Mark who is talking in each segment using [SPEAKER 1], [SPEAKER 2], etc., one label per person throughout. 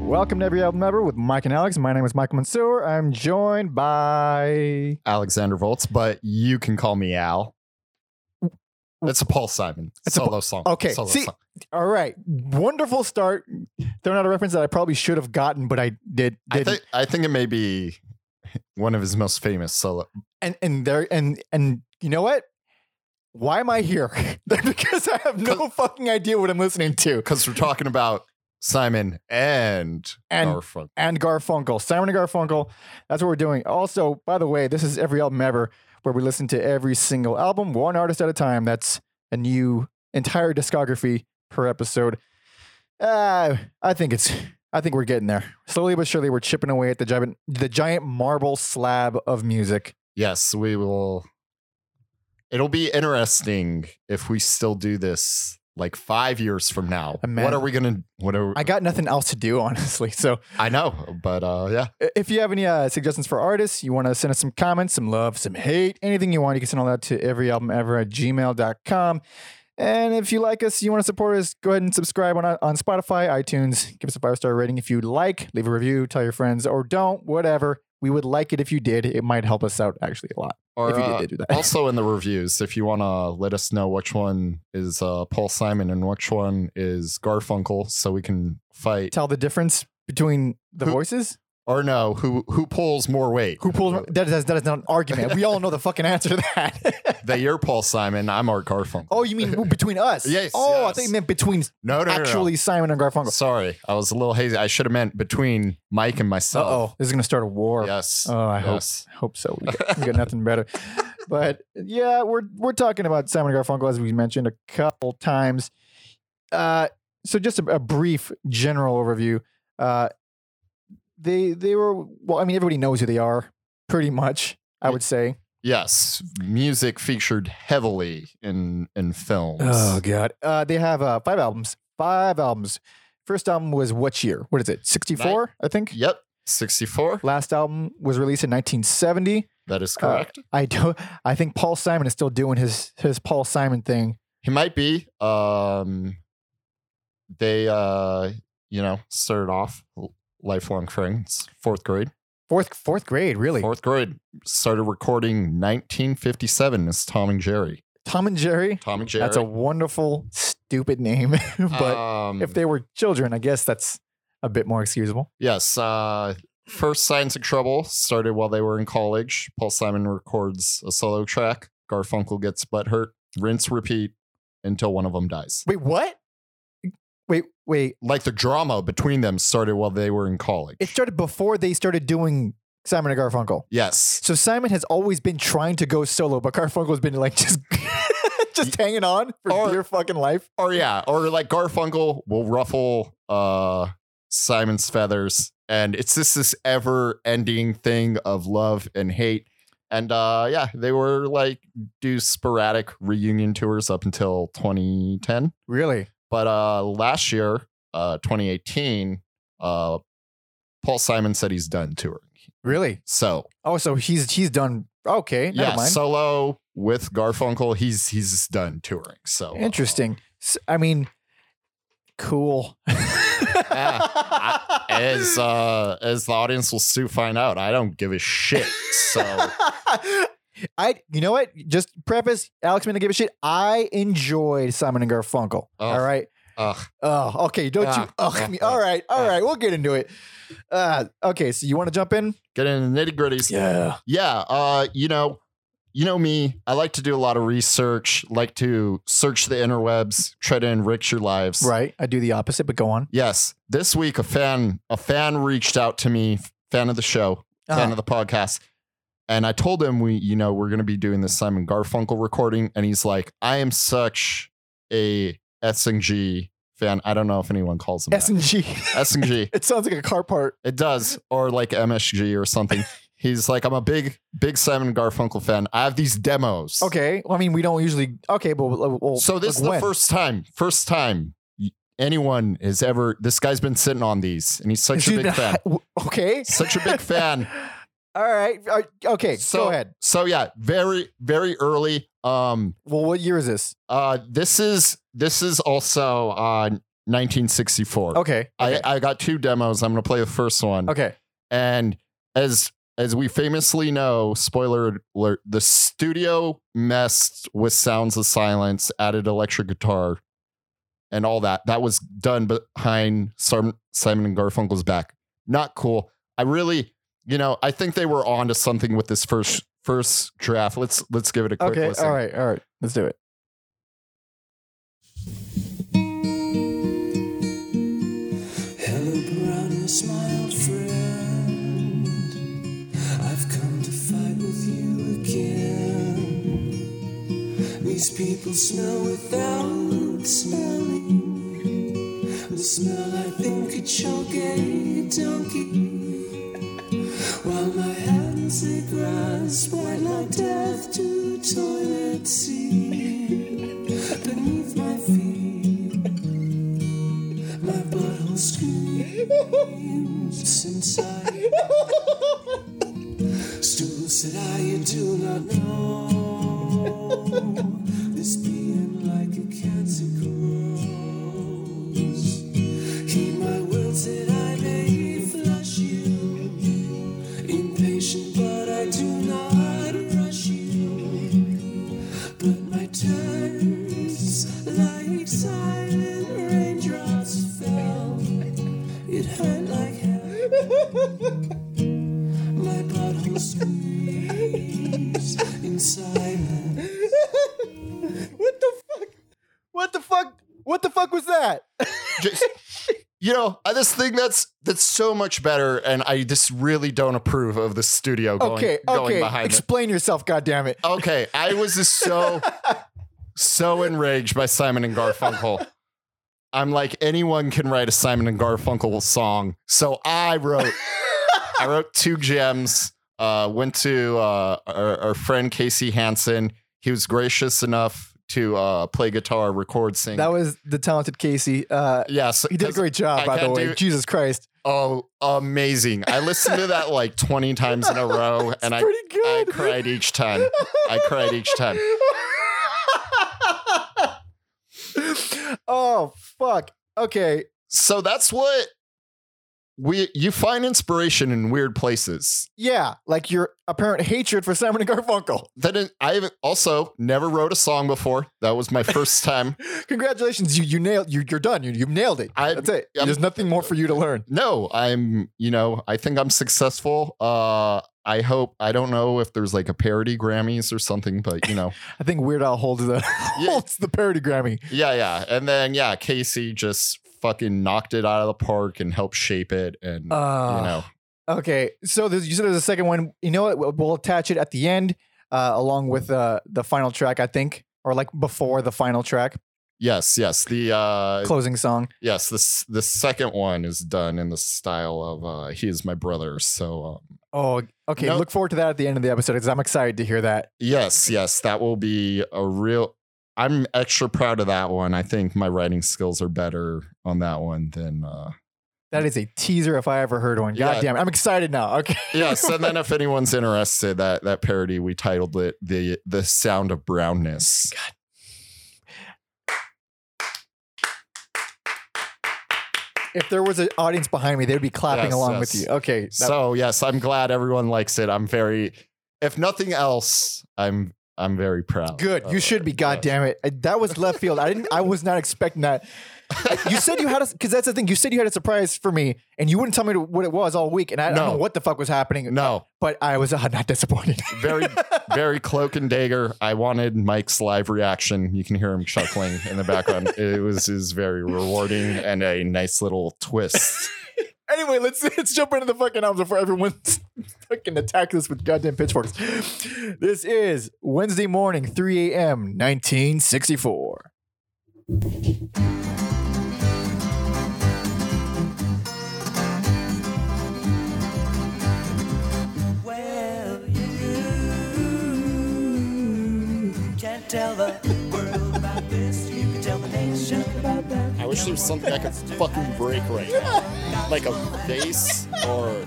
[SPEAKER 1] Welcome to Every Album Ever with Mike and Alex. My name is Mike Mansour. I'm joined by.
[SPEAKER 2] Alexander Volts, but you can call me Al. It's a Paul Simon
[SPEAKER 1] It's a
[SPEAKER 2] solo song.
[SPEAKER 1] Okay,
[SPEAKER 2] solo
[SPEAKER 1] see-
[SPEAKER 2] song.
[SPEAKER 1] All right, wonderful start. Throwing out a reference that I probably should have gotten, but I did.
[SPEAKER 2] I
[SPEAKER 1] didn't.
[SPEAKER 2] think I think it may be one of his most famous solo.
[SPEAKER 1] and and there and and you know what? Why am I here? because I have no fucking idea what I'm listening to.
[SPEAKER 2] Because we're talking about Simon and,
[SPEAKER 1] And-
[SPEAKER 2] Garfunkel.
[SPEAKER 1] and Garfunkel, Simon and Garfunkel. That's what we're doing. Also, by the way, this is every album ever where we listen to every single album, one artist at a time. That's a new entire discography per episode. Uh, I think it's. I think we're getting there. Slowly but surely, we're chipping away at the giant, the giant marble slab of music.
[SPEAKER 2] Yes, we will. It'll be interesting if we still do this like five years from now.
[SPEAKER 1] Imagine-
[SPEAKER 2] What are we gonna? What are
[SPEAKER 1] I got nothing else to do, honestly. So
[SPEAKER 2] I know, but uh, yeah,
[SPEAKER 1] If you have any uh, suggestions for artists, you want to send us some comments, some love, some hate, anything you want, you can send all that to everyalbumever at gmail.com. And if you like us, you want to support us, go ahead and subscribe on, uh, on Spotify, iTunes. Give us a five star rating if you like. Leave a review, tell your friends, or don't, whatever. We would like it if you did. It might help us out actually a lot
[SPEAKER 2] or
[SPEAKER 1] if you
[SPEAKER 2] uh,
[SPEAKER 1] did do that.
[SPEAKER 2] also in the reviews if you want to let us know which one is uh, paul simon and which one is garfunkel so we can fight
[SPEAKER 1] tell the difference between the
[SPEAKER 2] Who-
[SPEAKER 1] voices.
[SPEAKER 2] or no who who pulls more weight
[SPEAKER 1] Who pulls? That is, that is not an argument. We all know the fucking answer to that.
[SPEAKER 2] that you're paul simon i'm art garfunkel
[SPEAKER 1] oh, you mean between us?
[SPEAKER 2] Yes,
[SPEAKER 1] Oh, I
[SPEAKER 2] yes.
[SPEAKER 1] think you meant between
[SPEAKER 2] no no, no, no.
[SPEAKER 1] actually Simon and Garfunkel.
[SPEAKER 2] sorry i was a little hazy i should have meant between mike and myself
[SPEAKER 1] oh, this is gonna start a war.
[SPEAKER 2] yes
[SPEAKER 1] Oh, I hope
[SPEAKER 2] yes
[SPEAKER 1] hope so. We got, we got nothing better. But yeah, we're we're talking about Simon and Garfunkel as we mentioned a couple times. Uh, so just a, a brief general overview. Uh, they they were well. I mean, everybody knows who they are, pretty much. I would say.
[SPEAKER 2] yes music featured heavily in in films
[SPEAKER 1] God. Uh, they have uh, five albums. Five albums. First album was what year? What is it? Sixty four, I think.
[SPEAKER 2] yep 64
[SPEAKER 1] Last album was released in 1970.
[SPEAKER 2] that is
[SPEAKER 1] Uh,
[SPEAKER 2] correct
[SPEAKER 1] I don't. I think Paul Simon is still doing his his Paul Simon thing.
[SPEAKER 2] He might be. Um, they, uh, you know, started off l- lifelong friends. Fourth grade.
[SPEAKER 1] Fourth fourth grade, really.
[SPEAKER 2] Fourth grade started recording 1957 as Tom and Jerry.
[SPEAKER 1] Tom and Jerry.
[SPEAKER 2] Tom and Jerry.
[SPEAKER 1] That's a wonderful stupid name, but
[SPEAKER 2] um,
[SPEAKER 1] if they were children, I guess that's a bit more excusable.
[SPEAKER 2] yes. Uh, first signs of trouble started while they were in college. Paul Simon records a solo track. Garfunkel gets butthurt. Rinse, repeat until one of them dies.
[SPEAKER 1] Wait, what? Wait, wait.
[SPEAKER 2] Like the drama between them started while they were in college.
[SPEAKER 1] It started before they started doing Simon and Garfunkel.
[SPEAKER 2] yes.
[SPEAKER 1] So Simon has always been trying to go solo, but Garfunkel's been like just just hanging on for
[SPEAKER 2] Or-
[SPEAKER 1] dear fucking life.
[SPEAKER 2] or yeah, or like Garfunkel will ruffle uh Simon's feathers, and it's just this ever-ending thing of love and hate. And uh yeah, they were like do sporadic reunion tours up until 2010.
[SPEAKER 1] Really?
[SPEAKER 2] But uh last year, uh 2018, uh Paul Simon said he's done touring.
[SPEAKER 1] Really?
[SPEAKER 2] So
[SPEAKER 1] Oh, so he's he's done. Okay, never
[SPEAKER 2] yeah,
[SPEAKER 1] mind.
[SPEAKER 2] solo with Garfunkel, he's he's done touring. So uh,
[SPEAKER 1] Interesting. S- I mean, cool.
[SPEAKER 2] I- as uh as the audience will soon find out i don't give a shit so
[SPEAKER 1] I, you know what? Just preface, Alex, I'm gonna give a shit. I enjoyed Simon and Garfunkel. All
[SPEAKER 2] Ugh.
[SPEAKER 1] right.
[SPEAKER 2] ugh.
[SPEAKER 1] Oh, okay. Don't you?
[SPEAKER 2] Ah,
[SPEAKER 1] Ugh,
[SPEAKER 2] ah,
[SPEAKER 1] me.
[SPEAKER 2] ah,
[SPEAKER 1] All right. All
[SPEAKER 2] ah.
[SPEAKER 1] right. We'll get into it. Uh, okay. So you want to jump in?
[SPEAKER 2] get into the nitty gritties
[SPEAKER 1] Yeah.
[SPEAKER 2] yeah uh you know you know me i like to do a lot of research like to search the interwebs try to enrich your lives
[SPEAKER 1] Right. I do the opposite, but go on.
[SPEAKER 2] yes this week a fan a fan reached out to me fan of the show fan
[SPEAKER 1] Uh,
[SPEAKER 2] of the podcast and i told him we you know we're going to be doing this simon garfunkel recording and he's like i am such a s&g fan i don't know if anyone calls him that.
[SPEAKER 1] S and G.
[SPEAKER 2] SNG.
[SPEAKER 1] It sounds like a car part.
[SPEAKER 2] It does, or like MSG or something. He's like, I'm a big, big Simon Garfunkel fan. I have these demos.
[SPEAKER 1] Okay. Well, I mean, we don't usually. Okay, but we'll, we'll-
[SPEAKER 2] So this is
[SPEAKER 1] like
[SPEAKER 2] the
[SPEAKER 1] when?
[SPEAKER 2] first time, first time y- anyone has ever. This guy's been sitting on these, and he's such a
[SPEAKER 1] Dude,
[SPEAKER 2] big fan.
[SPEAKER 1] Okay.
[SPEAKER 2] Such a big fan.
[SPEAKER 1] All right. All right. Okay.
[SPEAKER 2] So-
[SPEAKER 1] go ahead.
[SPEAKER 2] So yeah, very, very early. Um,
[SPEAKER 1] Well, what year is this?
[SPEAKER 2] uh, this is this is also uh 1964.
[SPEAKER 1] Okay. Okay.
[SPEAKER 2] I, I got two demos. I'm gonna play the first one.
[SPEAKER 1] okay.
[SPEAKER 2] And as as we famously know, spoiler alert, the studio messed with sounds of silence, added electric guitar, and all that. That was done behind Sim- Simon and Garfunkel's back. Not cool. I really, you know, I think they were onto something with this first first draft. Let's let's give it a quick
[SPEAKER 1] Okay.
[SPEAKER 2] listen.
[SPEAKER 1] All right. All right. Let's do it.
[SPEAKER 3] Hello, Piranha smiled friend. I've come to fight with you again. These people smell without smelling. The smell I think could choke a donkey. While my hands they grasp white like death to toilet sea beneath my feet. My butthole screams inside. Stools that I do not know. This being like a cancer grows. Heed my words that I may flush you. Impatient, but I do not rush you. But my turns, like silent raindrops, fell. It hurt like hell. My butthole squeezed in silence.
[SPEAKER 1] What the fuck? What the fuck? What the fuck was that?
[SPEAKER 2] just you know i just think that's that's so much better and i just really don't approve of the studio going,
[SPEAKER 1] Okay.
[SPEAKER 2] going
[SPEAKER 1] Okay.
[SPEAKER 2] behind it
[SPEAKER 1] Explain yourself. God damn it.
[SPEAKER 2] okay i was just so so enraged by simon and garfunkel i'm like anyone can write a simon and garfunkel song so i wrote i wrote two gems uh went to uh our, our friend casey Hansen. he was gracious enough to uh play guitar record sing
[SPEAKER 1] That was the talented Casey. Uh,
[SPEAKER 2] yes
[SPEAKER 1] he did a great job,
[SPEAKER 2] I
[SPEAKER 1] by the
[SPEAKER 2] can't
[SPEAKER 1] way.
[SPEAKER 2] do-
[SPEAKER 1] Jesus Christ.
[SPEAKER 2] Oh, amazing. I listened to that like 20 times in a row and I,
[SPEAKER 1] pretty
[SPEAKER 2] I
[SPEAKER 1] good.
[SPEAKER 2] cried each time. I cried each time.
[SPEAKER 1] oh fuck. Okay.
[SPEAKER 2] So that's what we you find inspiration in weird places.
[SPEAKER 1] Yeah, like your apparent hatred for Simon and Garfunkel.
[SPEAKER 2] That is- I have also never wrote a song before. That was my first time.
[SPEAKER 1] Congratulations, you you nailed you. You're done. You you nailed it.
[SPEAKER 2] I-
[SPEAKER 1] That's it.
[SPEAKER 2] I'm-
[SPEAKER 1] There's nothing more for you to learn.
[SPEAKER 2] No, I'm, you know, I think I'm successful. Uh I hope I don't know if there's like a parody Grammys or something, but you know.
[SPEAKER 1] I think Weird Al holds the holds the parody Grammy.
[SPEAKER 2] Yeah, yeah. And then yeah, Casey just fucking knocked it out of the park and helped shape it and
[SPEAKER 1] Uh,
[SPEAKER 2] you know.
[SPEAKER 1] Okay, so there's, you said there's a second one. You know what? We'll, we'll attach it at the end, uh, along with uh, the final track, I think, or like before the final track,
[SPEAKER 2] Yes, yes. The uh
[SPEAKER 1] closing song.
[SPEAKER 2] yes, this the second one is done in the style of uh he is my brother. So um,
[SPEAKER 1] Oh, okay.
[SPEAKER 2] No.
[SPEAKER 1] Look forward to that at the end of the episode because I'm excited to hear that.
[SPEAKER 2] yes, yes, that will be a real I'm extra proud of that one. I think my writing skills are better on that one than uh
[SPEAKER 1] That is a teaser if I ever heard one. God
[SPEAKER 2] Yeah.
[SPEAKER 1] damn it. I'm excited now. Okay.
[SPEAKER 2] yes, and then if anyone's interested, that that parody we titled it the the sound of brownness.
[SPEAKER 1] If there was an audience behind me, they'd be clapping
[SPEAKER 2] Yes,
[SPEAKER 1] along
[SPEAKER 2] yes.
[SPEAKER 1] with you. Okay. that-
[SPEAKER 2] So yes, I'm glad everyone likes it. I'm very if nothing else, I'm I'm very proud.
[SPEAKER 1] Good. You
[SPEAKER 2] of
[SPEAKER 1] should
[SPEAKER 2] it.
[SPEAKER 1] be. God
[SPEAKER 2] Yes.
[SPEAKER 1] damn it. I- That was left field. I didn't. I was not expecting that. You said you had a because that's the thing. You said you had a surprise for me, and you wouldn't tell me what it was all week, and I, I don't
[SPEAKER 2] No.
[SPEAKER 1] know what the fuck was happening.
[SPEAKER 2] No,
[SPEAKER 1] but I was uh, not disappointed.
[SPEAKER 2] very very cloak and dagger i wanted mike's live reaction you can hear him chuckling in the background it was is very rewarding and a nice little twist
[SPEAKER 1] anyway, let's let's jump into the fucking album before everyone fucking attacks us with goddamn pitchforks. This is Wednesday morning, 3 a.m., 1964.
[SPEAKER 3] Well, you can't tell the world about this. You can tell the nation about that.
[SPEAKER 2] i wish there was something i could fucking break right now like a face or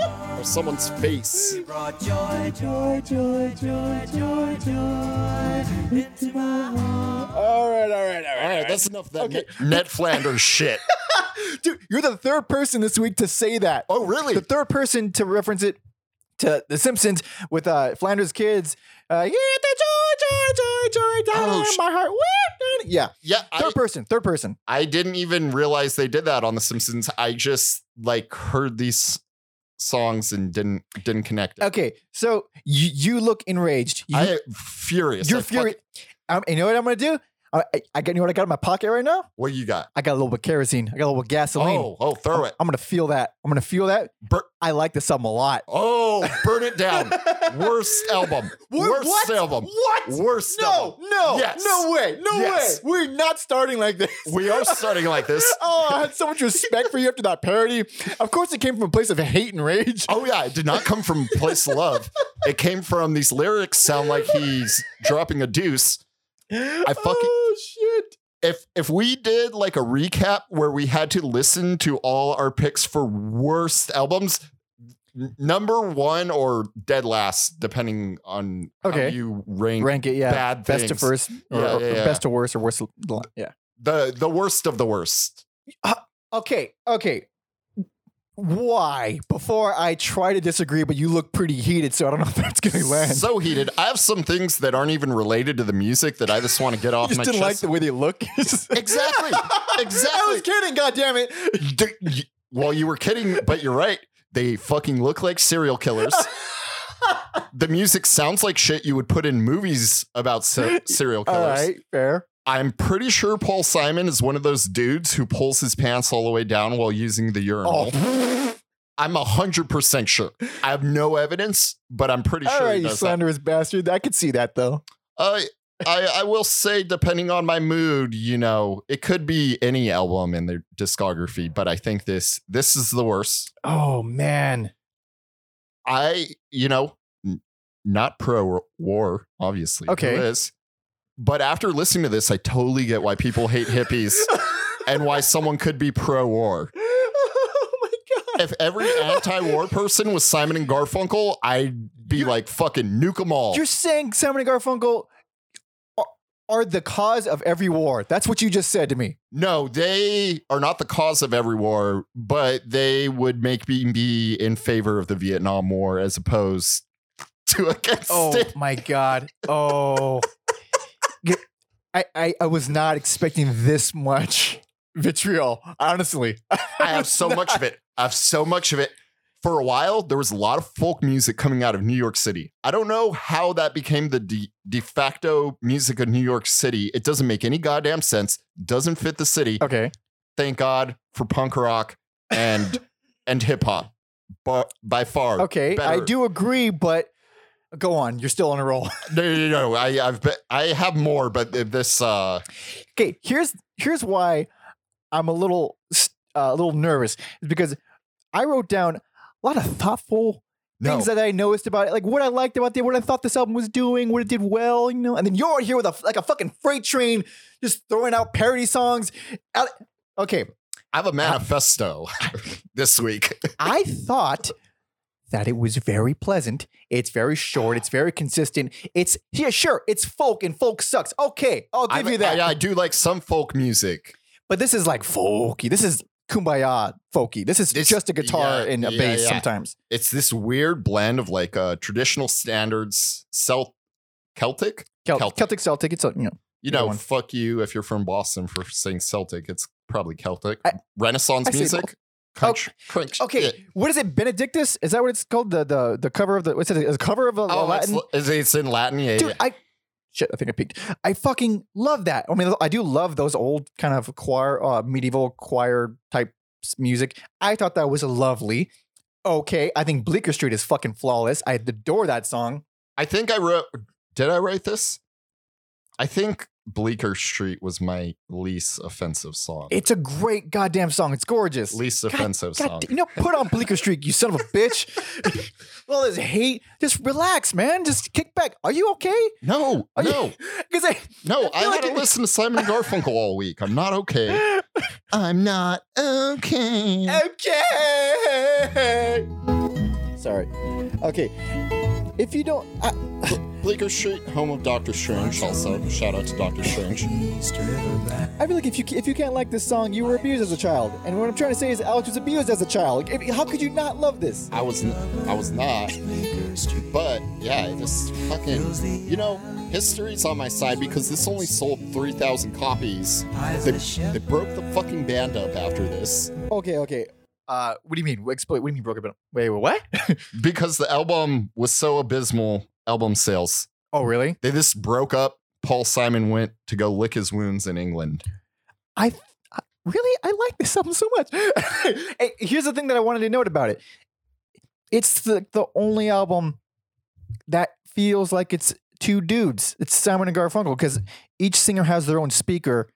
[SPEAKER 2] or someone's face
[SPEAKER 3] Brought joy, joy, joy, joy, joy, joy into my heart.
[SPEAKER 1] All right, all right, all right.
[SPEAKER 2] all right That's enough of that
[SPEAKER 1] Okay.
[SPEAKER 2] Ned, Ned Flanders shit.
[SPEAKER 1] Dude, you're the third person this week to say that.
[SPEAKER 2] Oh, really?
[SPEAKER 1] The third person to reference it to The Simpsons with uh, Flanders Kids. Uh, yeah, the joy, joy, joy, joy, down
[SPEAKER 2] Oh,
[SPEAKER 1] in
[SPEAKER 2] sh-
[SPEAKER 1] my heart. Woo! Yeah,
[SPEAKER 2] Yeah, I,
[SPEAKER 1] third person, third person.
[SPEAKER 2] I didn't even realize they did that on The Simpsons. I just like heard these songs and didn't didn't connect. It.
[SPEAKER 1] Okay, so you, you look enraged. You,
[SPEAKER 2] I am furious.
[SPEAKER 1] you're
[SPEAKER 2] I fuck-
[SPEAKER 1] furious. Um, you know what I'm going to do? I, I, I got, you know what I got in my pocket right now?
[SPEAKER 2] what you got?
[SPEAKER 1] I got a little bit of kerosene. I got a little gasoline.
[SPEAKER 2] Oh, oh, throw it.
[SPEAKER 1] I'm going to feel that. I'm going to feel that.
[SPEAKER 2] Bur-
[SPEAKER 1] I like this album a lot.
[SPEAKER 2] oh, burn it down. Worst album.
[SPEAKER 1] What-
[SPEAKER 2] Worst
[SPEAKER 1] what?
[SPEAKER 2] album.
[SPEAKER 1] What?
[SPEAKER 2] Worst
[SPEAKER 1] No,
[SPEAKER 2] album.
[SPEAKER 1] no,
[SPEAKER 2] Yes.
[SPEAKER 1] no way, no
[SPEAKER 2] Yes.
[SPEAKER 1] way. We're not starting like this.
[SPEAKER 2] We are starting like this.
[SPEAKER 1] oh, I had so much respect for you after that parody. Of course, it came from a place of hate and rage.
[SPEAKER 2] Oh yeah, it did not come from a place of love. It came from these lyrics sound like he's dropping a deuce.
[SPEAKER 1] I
[SPEAKER 2] fucking-
[SPEAKER 1] Oh shit.
[SPEAKER 2] If if we did like a recap where we had to listen to all our picks for worst albums, n- number one or dead last, depending on
[SPEAKER 1] Okay.
[SPEAKER 2] how you rank,
[SPEAKER 1] Rank it, yeah.
[SPEAKER 2] Bad
[SPEAKER 1] best to
[SPEAKER 2] things.
[SPEAKER 1] first, or,
[SPEAKER 2] Yeah,
[SPEAKER 1] or
[SPEAKER 2] yeah, yeah.
[SPEAKER 1] best to worst, or worst. to l- Yeah.
[SPEAKER 2] the the worst of the worst.
[SPEAKER 1] Okay. Okay. Why? Before I try to disagree, but you look pretty heated, so I don't know if that's gonna land.
[SPEAKER 2] So heated. I have some things that aren't even related to the music that I just want to get
[SPEAKER 1] you
[SPEAKER 2] off
[SPEAKER 1] just
[SPEAKER 2] my
[SPEAKER 1] didn't like
[SPEAKER 2] chest.
[SPEAKER 1] the way they look.
[SPEAKER 2] exactly.
[SPEAKER 1] I was
[SPEAKER 2] Exactly.
[SPEAKER 1] kidding. God damn it.
[SPEAKER 2] D- y- well, you were kidding, but you're right. They fucking look like serial killers. the music sounds like shit you would put in movies about se- serial
[SPEAKER 1] All
[SPEAKER 2] killers.
[SPEAKER 1] right. Fair.
[SPEAKER 2] I'm pretty sure Paul Simon is one of those dudes who pulls his pants all the way down while using the urinal.
[SPEAKER 1] Oh.
[SPEAKER 2] I'm a hundred percent sure. I have no evidence, but I'm pretty
[SPEAKER 1] All
[SPEAKER 2] sure.
[SPEAKER 1] right,
[SPEAKER 2] he
[SPEAKER 1] you
[SPEAKER 2] does that.
[SPEAKER 1] slanderous bastard. I could see that though.
[SPEAKER 2] Uh, I I will say, depending on my mood, you know, it could be any album in their discography, but I think this this is the worst.
[SPEAKER 1] Oh man.
[SPEAKER 2] I, you know, n- not pro war, obviously. who
[SPEAKER 1] Okay.
[SPEAKER 2] is. But after listening to this, I totally get why people hate hippies and why someone could be pro war.
[SPEAKER 1] oh my god.
[SPEAKER 2] If every anti war person was Simon and Garfunkel, I'd be like, fucking nuke them all.
[SPEAKER 1] You're saying Simon and Garfunkel are, are the cause of every war. That's what you just said to me.
[SPEAKER 2] No, they are not the cause of every war, but they would make me be in favor of the Vietnam War as opposed to against it.
[SPEAKER 1] Oh my god. Oh. Get- I, I, I was not expecting this much vitriol, honestly.
[SPEAKER 2] I have so much of it. I have so much of it. For a while, there was a lot of folk music coming out of New York City. I don't know how that became the de, de facto music of New York City. It doesn't make any goddamn sense. Doesn't fit the city.
[SPEAKER 1] Okay.
[SPEAKER 2] Thank God for punk rock and and hip hop. But by far,
[SPEAKER 1] Okay. I
[SPEAKER 2] better.
[SPEAKER 1] do agree, but go on. You're still on a roll.
[SPEAKER 2] No, no, no. no. I, I've been, I have more, but this. uh
[SPEAKER 1] okay here's here's why i'm a little s- uh, a little nervous is because i wrote down a lot of thoughtful
[SPEAKER 2] No.
[SPEAKER 1] things that i noticed about it like what i liked about it what i thought this album was doing what it did well you know and then you're out here with a like a fucking freight train just throwing out parody songs Out- okay
[SPEAKER 2] I have a manifesto this week.
[SPEAKER 1] i thought that it was very pleasant it's very short it's very consistent it's yeah sure it's folk and folk sucks okay i'll give
[SPEAKER 2] I,
[SPEAKER 1] you that
[SPEAKER 2] I, I do like some folk music.
[SPEAKER 1] But this is like folky. This is kumbaya folky. This is
[SPEAKER 2] This-
[SPEAKER 1] just a guitar
[SPEAKER 2] yeah,
[SPEAKER 1] and a
[SPEAKER 2] yeah,
[SPEAKER 1] bass
[SPEAKER 2] yeah.
[SPEAKER 1] sometimes.
[SPEAKER 2] it's this weird blend of like uh traditional standards cel- celtic
[SPEAKER 1] Celt- Celtic.
[SPEAKER 2] Celtic.
[SPEAKER 1] Celtic. It's a, you know.
[SPEAKER 2] you
[SPEAKER 1] Either
[SPEAKER 2] know
[SPEAKER 1] one.
[SPEAKER 2] fuck you if you're from boston for saying celtic it's probably celtic
[SPEAKER 1] I-
[SPEAKER 2] renaissance
[SPEAKER 1] I say
[SPEAKER 2] music
[SPEAKER 1] both.
[SPEAKER 2] country, crunch-
[SPEAKER 1] Okay,
[SPEAKER 2] yeah.
[SPEAKER 1] what is it? Benedictus? Is that what it's called? The the the cover of the what's it? Is it a cover of a
[SPEAKER 2] oh it's,
[SPEAKER 1] Latin?
[SPEAKER 2] it's- it's in latin yeah,
[SPEAKER 1] Dude,
[SPEAKER 2] yeah.
[SPEAKER 1] I shit. I think I peaked. I fucking love that. I mean, I do love those old kind of choir, uh, medieval choir type s- music. I thought that was lovely. Okay, I think Bleecker Street is fucking flawless. I adore that song.
[SPEAKER 2] I think i wrote did i write this i think bleecker street was my least offensive song
[SPEAKER 1] It's a great goddamn song. It's gorgeous.
[SPEAKER 2] least
[SPEAKER 1] God-
[SPEAKER 2] offensive
[SPEAKER 1] God,
[SPEAKER 2] song
[SPEAKER 1] da- you know, put on Bleecker Street, you son of a bitch. All this hate. Just relax, man. Just kick back. Are you okay?
[SPEAKER 2] no
[SPEAKER 1] Are you-
[SPEAKER 2] no
[SPEAKER 1] 'Cause I-
[SPEAKER 2] no
[SPEAKER 1] I
[SPEAKER 2] i
[SPEAKER 1] feel
[SPEAKER 2] had
[SPEAKER 1] like
[SPEAKER 2] to
[SPEAKER 1] it-
[SPEAKER 2] listen to simon garfunkel all week i'm not okay i'm not okay
[SPEAKER 1] okay. Sorry. Okay. If you don't, I,
[SPEAKER 2] Bleecker Street, home of Doctor Strange. Also, shout out to Doctor Strange.
[SPEAKER 4] I feel like if you if you can't like this song, you were abused as a child. And what I'm trying to say is Alex was abused as a child. Like, if- how could you not love this?
[SPEAKER 2] I was, n- I was not. But yeah, it just fucking, you know, history's on my side because this only sold 3,000 copies. They, they broke the fucking band up after this
[SPEAKER 4] Okay, okay.
[SPEAKER 1] Uh, what do you mean? Exploit? What do you mean broke up? Wait, wait, what?
[SPEAKER 2] because the album was so abysmal. Album sales,
[SPEAKER 1] oh, really?
[SPEAKER 2] they just broke up. Paul Simon went to go lick his wounds in England.
[SPEAKER 1] I th- I- really I like this album so much. Hey, Here's the thing that I wanted to note about it. It's the the only album that feels like it's two dudes. It's Simon and Garfunkel because each singer has their own speaker,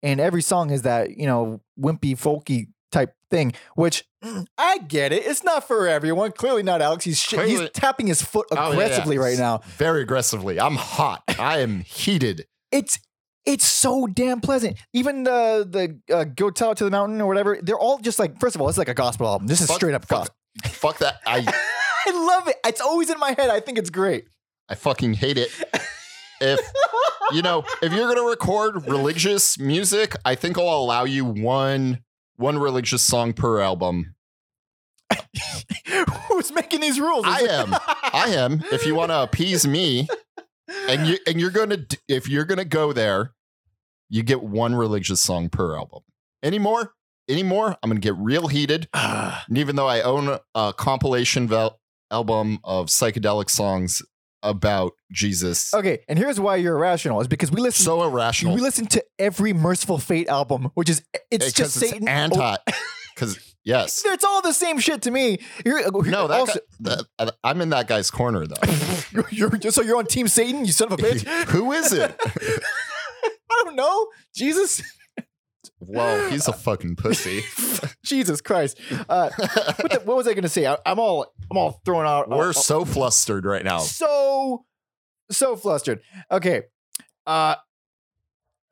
[SPEAKER 1] and every song is that you know wimpy folky type thing. Which mm, I get it. It's not for everyone. Clearly not Alex. He's sh- he's
[SPEAKER 2] Clearly-
[SPEAKER 1] tapping his foot
[SPEAKER 2] Oh, yeah, yeah.
[SPEAKER 1] aggressively right now.
[SPEAKER 2] Very aggressively. I'm hot. I am heated.
[SPEAKER 1] it's it's so damn pleasant. Even the the uh, go tell it to the mountain or whatever. They're all just like first of all, it's like a gospel album. This is
[SPEAKER 2] Fuck-
[SPEAKER 1] straight up
[SPEAKER 2] fuck.
[SPEAKER 1] gospel.
[SPEAKER 2] Fuck that. I
[SPEAKER 1] I love it. It's always in my head. I think it's great.
[SPEAKER 2] I fucking hate it. If you know, if you're gonna record religious music, I think I'll allow you one one religious song per album.
[SPEAKER 1] Who's making these rules?
[SPEAKER 2] I am. I am. If you want to appease me, and you and you're gonna d- if you're gonna go there, you get one religious song per album. Any more? Any more? I'm gonna get real heated. And even though I own a compilation vel- album of psychedelic songs about Jesus,
[SPEAKER 1] okay, and here's why you're irrational is because we listen.
[SPEAKER 2] so irrational.
[SPEAKER 1] we listen to every Merciful Fate album, which is it's
[SPEAKER 2] because
[SPEAKER 1] just Satan. Oh.
[SPEAKER 2] anti. Because yes,
[SPEAKER 1] It's all the same shit to me. You're, uh,
[SPEAKER 2] no, that
[SPEAKER 1] also-
[SPEAKER 2] guy- that- uh, I'm in that guy's corner though.
[SPEAKER 1] you're, so you're on Team Satan, you son of a bitch.
[SPEAKER 2] Who is it?
[SPEAKER 1] I don't know, Jesus.
[SPEAKER 2] Well, he's a fucking pussy.
[SPEAKER 1] Jesus Christ. Uh, what, the, what was I going to say? I, I'm all I'm all thrown out.
[SPEAKER 2] We're so flustered right now.
[SPEAKER 1] so so flustered. Okay. Uh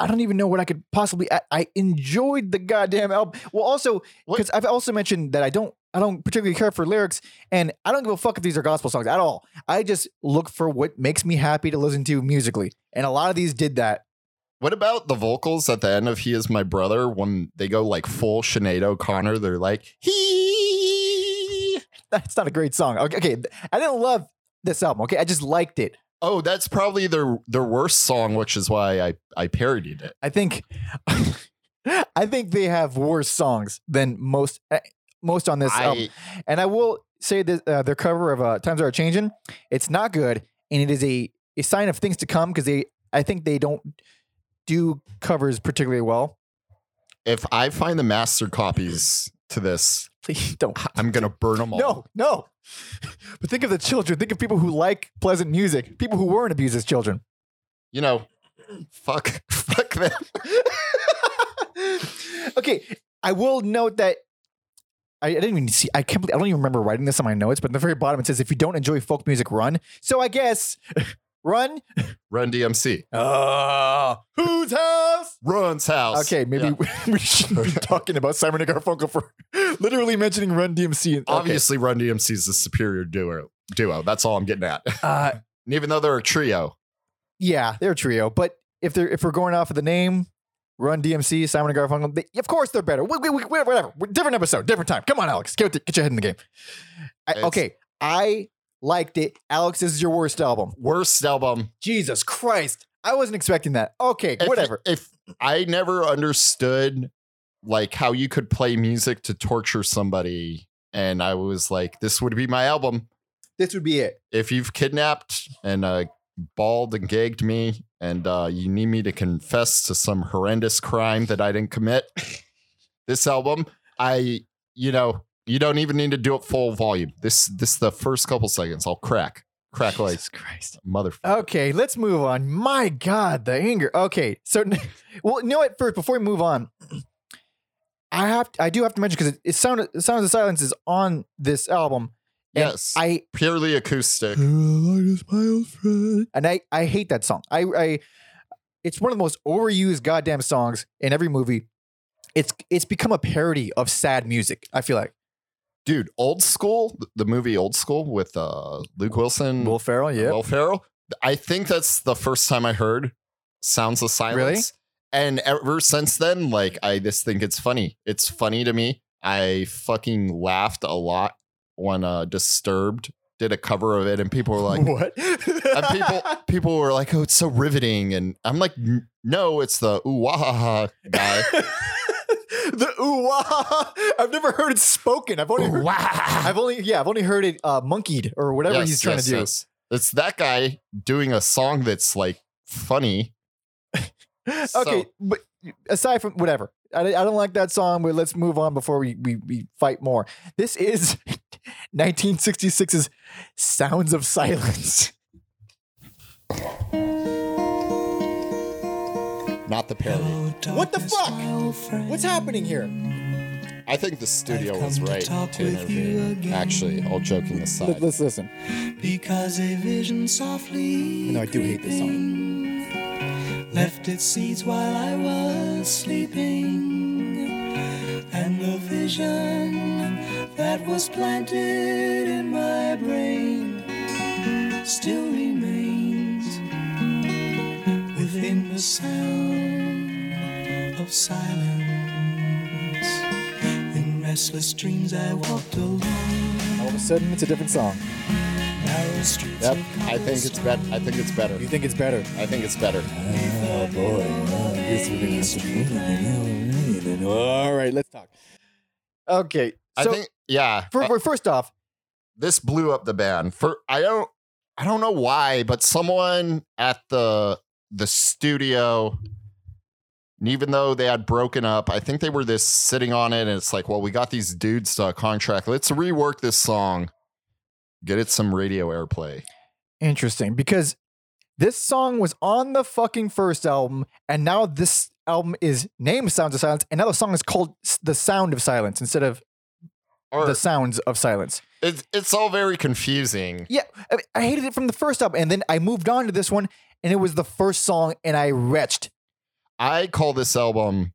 [SPEAKER 1] I don't even know what I could possibly I, I enjoyed the goddamn album. Well also
[SPEAKER 2] What-
[SPEAKER 1] cuz I've also mentioned that I don't I don't particularly care for lyrics and I don't give a fuck if these are gospel songs at all. I just look for what makes me happy to listen to musically. And a lot of these did that.
[SPEAKER 2] What about the vocals at the end of "He Is My Brother" when they go like full Sinead O'Connor? They're like he.
[SPEAKER 1] That's not a great song. Okay, okay. I didn't love this album, okay? I just liked it.
[SPEAKER 2] Oh, that's probably their their worst song, which is why I I parodied it.
[SPEAKER 1] I think I think they have worse songs than most eh, most on this album.
[SPEAKER 2] I,
[SPEAKER 1] And I will say that uh, their cover of uh, "Times Are Changing" it's not good, and it is a a sign of things to come because they I think they don't do covers particularly well.
[SPEAKER 2] if I find the master copies to this,
[SPEAKER 1] Please don't.
[SPEAKER 2] I'm gonna burn them all.
[SPEAKER 1] No, no. But think of the children. Think of people who like pleasant music. People who weren't abused as children.
[SPEAKER 2] you know, fuck, fuck them.
[SPEAKER 1] okay, I will note that I, I didn't even see. I can't. believe- I don't even remember writing this on my notes, but at the very bottom it says, "If you don't enjoy folk music, run." So I guess run.
[SPEAKER 2] Run DMC.
[SPEAKER 1] Uh, whose house?
[SPEAKER 2] Run's house.
[SPEAKER 1] Okay, maybe
[SPEAKER 2] Yeah.
[SPEAKER 1] we shouldn't be talking about Simon and Garfunkel for literally mentioning Run DMC. Okay.
[SPEAKER 2] Obviously, Run DMC is the superior duo. Duo. That's all I'm getting at.
[SPEAKER 1] uh,
[SPEAKER 2] And even though they're a trio,
[SPEAKER 1] yeah, they're a trio, but if they're if we're going off of the name. Run DMC, Simon and Garfunkel. They, of course, they're better. We, we, we, whatever. Different episode, different time. Come on, Alex. Get, with it- get your head in the game. I,
[SPEAKER 2] It's-
[SPEAKER 1] okay, I liked it. Alex, this is your worst album.
[SPEAKER 2] worst album.
[SPEAKER 1] Jesus Christ. I wasn't expecting that. Okay,
[SPEAKER 2] If-
[SPEAKER 1] whatever.
[SPEAKER 2] If I never understood like how you could play music to torture somebody, and I was like, this would be my album.
[SPEAKER 1] This would be it.
[SPEAKER 2] If you've kidnapped and uh, balled and gagged me, and uh, you need me to confess to some horrendous crime that I didn't commit, this album, I, you know, you don't even need to do it full volume. This, this, the first couple seconds, I'll crack, crack like
[SPEAKER 1] Jesus Christ.
[SPEAKER 2] motherfucker.
[SPEAKER 1] Okay, let's move on. My God, the anger. Okay, so well, you know what? First, before we move on, I have I do have to mention because it, it sounded Sounds of Silence is on this album. and
[SPEAKER 2] yes,
[SPEAKER 1] I Mm.
[SPEAKER 2] purely acoustic.
[SPEAKER 1] and I I hate that song. I I it's one of the most overused goddamn songs in every movie. It's it's become a parody of sad music. I feel like
[SPEAKER 2] dude old school the movie old school with uh luke wilson
[SPEAKER 1] Will Ferrell. Yeah,
[SPEAKER 2] will ferrell I think that's the first time I heard Sounds of Silence.
[SPEAKER 1] Really?
[SPEAKER 2] And ever since then, like I just think it's funny. It's funny to me. I fucking laughed a lot when uh Disturbed did a cover of it and people were like
[SPEAKER 1] what?
[SPEAKER 2] and people people were like, "Oh, it's so riveting," and I'm like, "N- "No, it's the ooh wah ha ha guy."
[SPEAKER 1] the ooh wah. I've never heard it spoken. I've only heard, I've only yeah, I've only heard it uh, monkeyed or whatever
[SPEAKER 2] Yes,
[SPEAKER 1] he's trying
[SPEAKER 2] yes,
[SPEAKER 1] to do.
[SPEAKER 2] yes. It's that guy doing a song that's like funny. okay,
[SPEAKER 1] Okay, but aside from whatever, I, I don't like that song, but let's move on before we, we, we fight more. This is 1966's Sounds of Silence.
[SPEAKER 2] not the parody.
[SPEAKER 4] What the fuck? What's happening here?
[SPEAKER 2] I think the studio
[SPEAKER 3] I've
[SPEAKER 2] was
[SPEAKER 3] come to
[SPEAKER 2] right to,
[SPEAKER 3] talk with you
[SPEAKER 2] intervene.
[SPEAKER 3] again.
[SPEAKER 2] Actually, all joking
[SPEAKER 4] Let-
[SPEAKER 2] aside,
[SPEAKER 4] Let's listen.
[SPEAKER 3] Because a vision softly.
[SPEAKER 4] No, I do hate this
[SPEAKER 3] song. Left its seeds while I was sleeping. And the vision that was planted in my brain still remains within the sound of silence. In restless dreams, I walked alone.
[SPEAKER 4] All of a sudden, it's a different song.
[SPEAKER 3] Narrow streets
[SPEAKER 2] yep,
[SPEAKER 3] of
[SPEAKER 2] I think it's better. I think it's better.
[SPEAKER 4] You think it's better?
[SPEAKER 2] I think it's better.
[SPEAKER 3] Oh,
[SPEAKER 4] All right, let's talk.
[SPEAKER 1] Okay,
[SPEAKER 2] I
[SPEAKER 1] so
[SPEAKER 2] think yeah.
[SPEAKER 1] fir-
[SPEAKER 2] uh,
[SPEAKER 1] fir- first off,
[SPEAKER 2] this blew up the band for i don't i don't know why but someone at the the studio and even though they had broken up i think they were this sitting on it and it's like well we got these dudes to a contract let's rework this song get it some radio airplay
[SPEAKER 1] interesting because this song was on the fucking first album, and now this album is named Sounds of Silence, and now the song is called S- The Sound of Silence instead of
[SPEAKER 2] or
[SPEAKER 1] The Sounds of Silence.
[SPEAKER 2] it's, it's all very confusing
[SPEAKER 1] Yeah, I, mean, I hated it from the first album, and then I moved on to this one, and it was the first song, and I retched.
[SPEAKER 2] I call this album